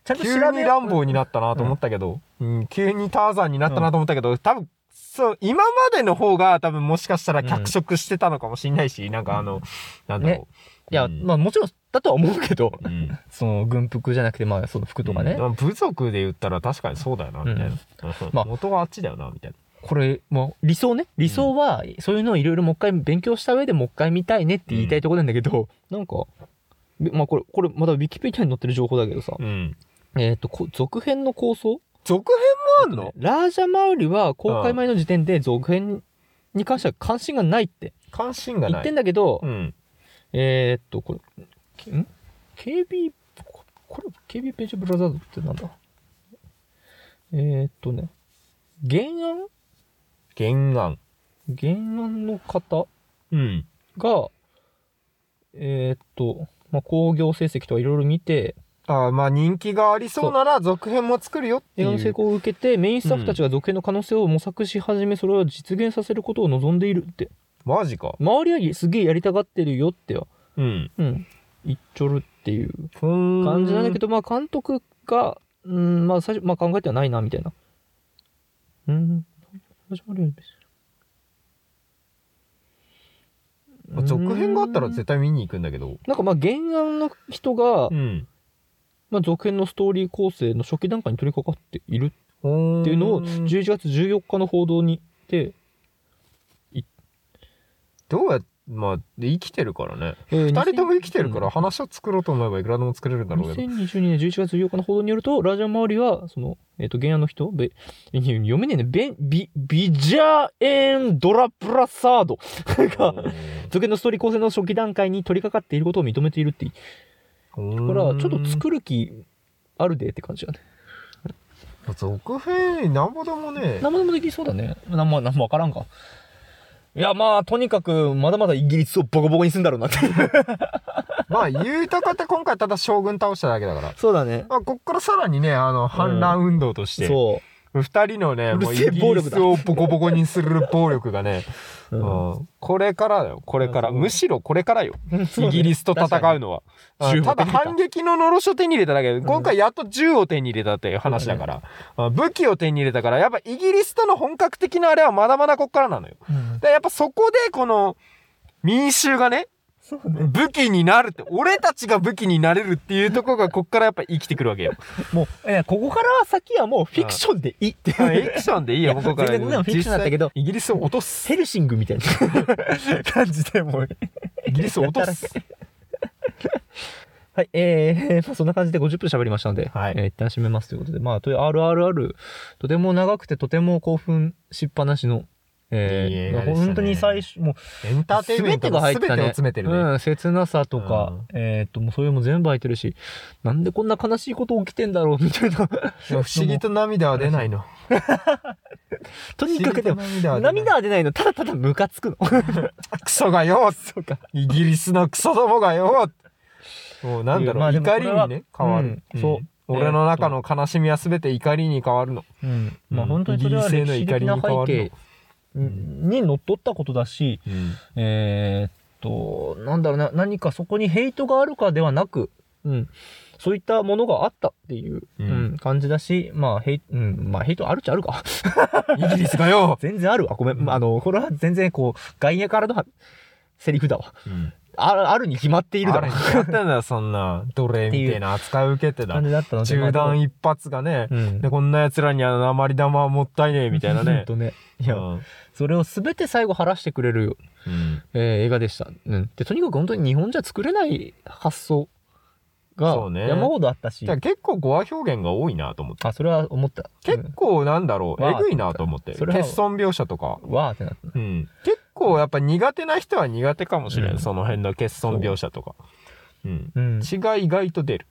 Speaker 1: ちゃんと調べ
Speaker 2: 急
Speaker 1: よう
Speaker 2: にランボーになったなと思ったけど、うん急にターザンになったなと思ったけど、多分そう今までの方が多分もしかしたら脚色してたのかもしれないし、なんかあの、なんだろう、
Speaker 1: ねいや、
Speaker 2: うん
Speaker 1: まあ、もちろん、だとは思うけど、
Speaker 2: うん
Speaker 1: その、軍服じゃなくて、まあ、その服とかね。
Speaker 2: うん部族で言ったら確かにそうだよなみたいな、
Speaker 1: まあ
Speaker 2: 元はあっちだよなみたいな
Speaker 1: これもう理想ね理想はそういうのをいろいろもう一回勉強した上でもう一回見たいねって言いたいところなんだけど、なんか、でまあ、これこれまだウィキペディアに載ってる情報だけどさ、
Speaker 2: うん
Speaker 1: えっとこ続編の構想
Speaker 2: 続編もあんの
Speaker 1: ラージャ・マウリは公開前の時点で続編に関しては関心がないって
Speaker 2: 関心が
Speaker 1: 言
Speaker 2: な
Speaker 1: っ
Speaker 2: い
Speaker 1: てんだけど、
Speaker 2: うん
Speaker 1: えーっとこれん KB ここれ KB ページブラザーズってなんだえーっとね原案
Speaker 2: 原案
Speaker 1: 原案の方
Speaker 2: うん
Speaker 1: が、えーっと、まあ、興行成績とかいろいろ見て、
Speaker 2: あーまあ人気がありそうなら続編も作るよって
Speaker 1: 映
Speaker 2: い
Speaker 1: 画の成
Speaker 2: う
Speaker 1: 功を受けて、メインスタッフたちが続編の可能性を模索し始め、それを実現させることを望んでいるって。
Speaker 2: マジか
Speaker 1: 周りはすげえやりたがってるよっては、
Speaker 2: うん
Speaker 1: うん、言っちょるっていう
Speaker 2: 感
Speaker 1: 感じなんだけど、まあ、監督が、うん、まあ、最初、まあ、考えてはないな、みたいな。うん、始まるよ
Speaker 2: まあ続編があったら絶対見に行くんだけど。
Speaker 1: なんかまあ原案の人が、
Speaker 2: ん。
Speaker 1: まあ、続編のストーリー構成の初期段階に取り掛かっている
Speaker 2: っ
Speaker 1: っていうのを
Speaker 2: ど
Speaker 1: 11月14日の報道にて
Speaker 2: うやっまあで生きてるからね
Speaker 1: えー
Speaker 2: 2人とも生きてるか
Speaker 1: う
Speaker 2: ら
Speaker 1: ん
Speaker 2: 話を作ろうと思えばいくらでも作れるんだろうけど
Speaker 1: 2022年11月8日の報道によると、ラジャ周りは、その、えっ、と、原案の人、べ読めねえね、ベンビ、ビジャエンドラプラサード が、続編のストーリー構成の初期段階に取り掛かっていることを認めているって、
Speaker 2: ほ
Speaker 1: これはちょっと作る気あるでって感じだね。
Speaker 2: 続編なんぼでもね
Speaker 1: 生でもできそうだね。なんも、なんもわからんか。いや、まあ、とにかく、まだまだイギリスをボコボコにするんだろうなって。
Speaker 2: まあ言うたかって今回ただ将軍倒しただけだから
Speaker 1: そうだね。
Speaker 2: まあこっからさらにねあの反乱運動として、
Speaker 1: そ
Speaker 2: 2人のね
Speaker 1: うる
Speaker 2: もうイ
Speaker 1: せえ
Speaker 2: ギリスをボコボコにする暴力がね、
Speaker 1: う。
Speaker 2: うんこれからだよこれから
Speaker 1: うん
Speaker 2: むしろこれからよ イギ
Speaker 1: ス。
Speaker 2: リスと戦うのは、
Speaker 1: 確かに
Speaker 2: うんただ
Speaker 1: 銃を手に入れた
Speaker 2: 反撃ののろしを手に入れただけで今回やっと銃を手に入れたっていう話だから、うん武器を手に入れたからやっぱイギリスとの本格的なあれはまだまだこっからなのよ
Speaker 1: うん
Speaker 2: でやっぱそこでこの民衆がね
Speaker 1: そうね。
Speaker 2: 武器になるって俺たちが武器になれるっていうところがこっからやっぱ生きてくるわけよ
Speaker 1: もう、えーここから先はもうフィクションでいいって
Speaker 2: フ
Speaker 1: いう
Speaker 2: ィクションでいい
Speaker 1: いや
Speaker 2: よここから
Speaker 1: 全然こんなのフィクションだったけど
Speaker 2: 実際イギリスを落とす
Speaker 1: セルシングみたいな感じでもう。
Speaker 2: イギリスを落とす
Speaker 1: はい、えー、まあそんな感じで50分喋りましたので、
Speaker 2: はい
Speaker 1: えー一旦締めますということで、まあ、という RRR、とても長くてとても興奮しっぱなしの、
Speaker 2: いい
Speaker 1: え
Speaker 2: 映
Speaker 1: ー
Speaker 2: 画でしたね
Speaker 1: 本当に最初、もう
Speaker 2: エンターテインメントの全てを詰めてるね
Speaker 1: うん、切なさとか、えーっと、もうそういうのも全部入ってるし、なんでこんな悲しいこと起きてんだろうみたい な。
Speaker 2: でも不思議と涙は出ないの
Speaker 1: とにかくでも、
Speaker 2: 不思議と涙は出ない
Speaker 1: 涙は出ないの、ただただムカつくの。
Speaker 2: クソがよ
Speaker 1: そうか。
Speaker 2: イギリスのクソどもがよもうなんだろう、
Speaker 1: まあでも
Speaker 2: 怒りにね
Speaker 1: これ
Speaker 2: 変
Speaker 1: は
Speaker 2: わ
Speaker 1: うん
Speaker 2: る、
Speaker 1: そう
Speaker 2: 俺の中の悲しみは全て怒りに変わるの
Speaker 1: うん、まあ
Speaker 2: うん
Speaker 1: 本当にそれは
Speaker 2: イギリ
Speaker 1: 歴
Speaker 2: スへの
Speaker 1: 史
Speaker 2: 怒
Speaker 1: 的
Speaker 2: り
Speaker 1: な
Speaker 2: に変わ
Speaker 1: 背景
Speaker 2: る
Speaker 1: にのっとったことだし、えーっと、なんだろうな、何かそこにヘイトがあるかではなく、うん、そういったものがあったっていう、う
Speaker 2: うんん
Speaker 1: 感じだし、まあヘイ、うん、まあヘイトあるっちゃあるか。
Speaker 2: イギリスがよ、
Speaker 1: 全然あるわ。ごめん、
Speaker 2: うん
Speaker 1: あの、これは全然こう、外野からのセリフだわ。ある、あるに決まっているだ
Speaker 2: あ
Speaker 1: ろ
Speaker 2: れ
Speaker 1: う。
Speaker 2: にやってんだよそんな奴隷みたいな扱い受けてた
Speaker 1: 感じだったので。
Speaker 2: 銃
Speaker 1: まあ
Speaker 2: 弾一発がね、
Speaker 1: うん
Speaker 2: でこんな奴らにあの鉛玉はもったいねえみたい
Speaker 1: ほ
Speaker 2: な
Speaker 1: ん
Speaker 2: ね
Speaker 1: とね。いや、
Speaker 2: うん
Speaker 1: それを全て最後晴らしてくれる
Speaker 2: うん
Speaker 1: えー映画でした、うん、でとにかく本当に日本じゃ作れない発想が
Speaker 2: そうね
Speaker 1: 山ほどあったし、
Speaker 2: だから結構語話表現が多いなと思って
Speaker 1: あそれは思った
Speaker 2: 結構なんだろう、
Speaker 1: うん
Speaker 2: えぐいなと思って
Speaker 1: それは
Speaker 2: 欠損描写とか
Speaker 1: うんわーってなった
Speaker 2: うん、結構やっぱ苦手な人は苦手かもしれない、
Speaker 1: うん
Speaker 2: その辺の欠損描写とか、うん、
Speaker 1: うん、
Speaker 2: 血が意外と出る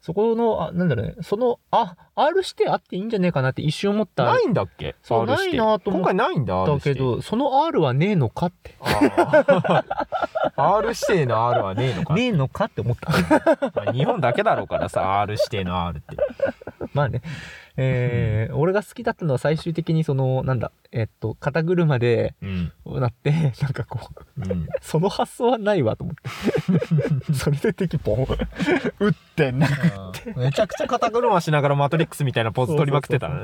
Speaker 1: そこのあなんだろうねそのあ R してあっていいんじゃねえかなって一瞬思った
Speaker 2: ないんだっけ
Speaker 1: そう
Speaker 2: R して
Speaker 1: ないなと思っ
Speaker 2: 今回ないんだ
Speaker 1: だ
Speaker 2: R
Speaker 1: けどその R はねえのかって
Speaker 2: 指定あー R 指定の R はねえのか、
Speaker 1: ねえのかって思った
Speaker 2: まあ日本だけだろうからさ R 指定の R って
Speaker 1: まあねえー俺が好きだったのは最終的にそのなんだえっと肩車で
Speaker 2: うん、
Speaker 1: なって なんかこう
Speaker 2: うん、
Speaker 1: その発想はないわと思って それで敵ポン打ってんな
Speaker 2: めちゃくちゃ肩車しながらマトリックスみたいなポーズ取りまくってたね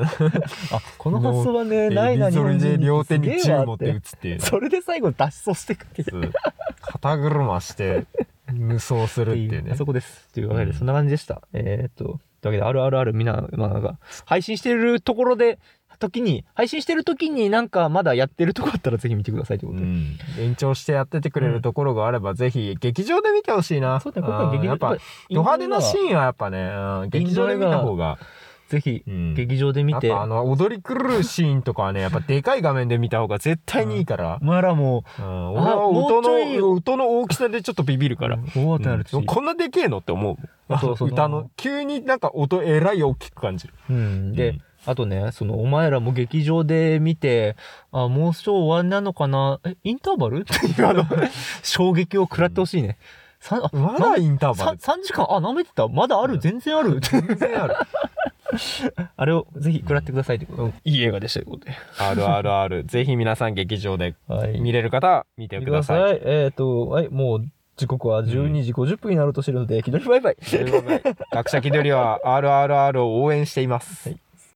Speaker 1: あこの発想はねないな
Speaker 2: 指それで両手に
Speaker 1: すげえ
Speaker 2: 銃
Speaker 1: わ
Speaker 2: 持って打つっていう
Speaker 1: それで最後脱走してくっていう
Speaker 2: そう肩車して無双するってい うね
Speaker 1: あそこですというわけで
Speaker 2: うん
Speaker 1: そんな感じでした、えーっとというわけであるあるあるみんな、まあ、なんか配信してるところで時に配信してる時になんかまだやってるとこあったらぜひ見てくださいということで、
Speaker 2: 延長してやっててくれるところがあれば、ぜひ劇場で見てほしいな。
Speaker 1: そうだね今回劇
Speaker 2: うん
Speaker 1: 場
Speaker 2: やっぱ、ド派手なシーンはやっぱね、うん劇場で見た方が、
Speaker 1: ぜひ
Speaker 2: うん
Speaker 1: 劇場で見て、
Speaker 2: やっぱあの、踊り狂うシーンとかはね、やっぱでかい画面で見た方が絶対にいいから
Speaker 1: お。前らも
Speaker 2: うん
Speaker 1: あ
Speaker 2: 俺は
Speaker 1: もう
Speaker 2: 音
Speaker 1: ちょい
Speaker 2: の、音の大きさでちょっとビビる
Speaker 1: う
Speaker 2: から。
Speaker 1: おおってなるし、
Speaker 2: うんこんなでけえのって思う。
Speaker 1: あそうそう
Speaker 2: 歌の、急になんか音えらい大きく感じる。
Speaker 1: うん、で、
Speaker 2: うん
Speaker 1: あとね、その、お前らも劇場で見て、あ、もうすぐ終わりなのかな、え、インターバル っていう、あの、衝撃を食らってほしいね。さあ
Speaker 2: まだインターバ
Speaker 1: さ
Speaker 2: ル。
Speaker 1: 3時間、あ、舐めてた、まだあ
Speaker 2: う
Speaker 1: る、
Speaker 2: ん
Speaker 1: 全然あ る。
Speaker 2: 全然ある。
Speaker 1: あれをぜひ食らってくださいってこと、いい映画でしたということで。
Speaker 2: あるあるある。ぜひ皆さん劇場で
Speaker 1: はい。
Speaker 2: 見れる方は見て
Speaker 1: て
Speaker 2: ください。
Speaker 1: い。えっ、と、はい、もう、時刻は12時50分になろうとしてるので、気取りバイバイ。
Speaker 2: ということで学者気取りは RRR を応援しています。
Speaker 1: はい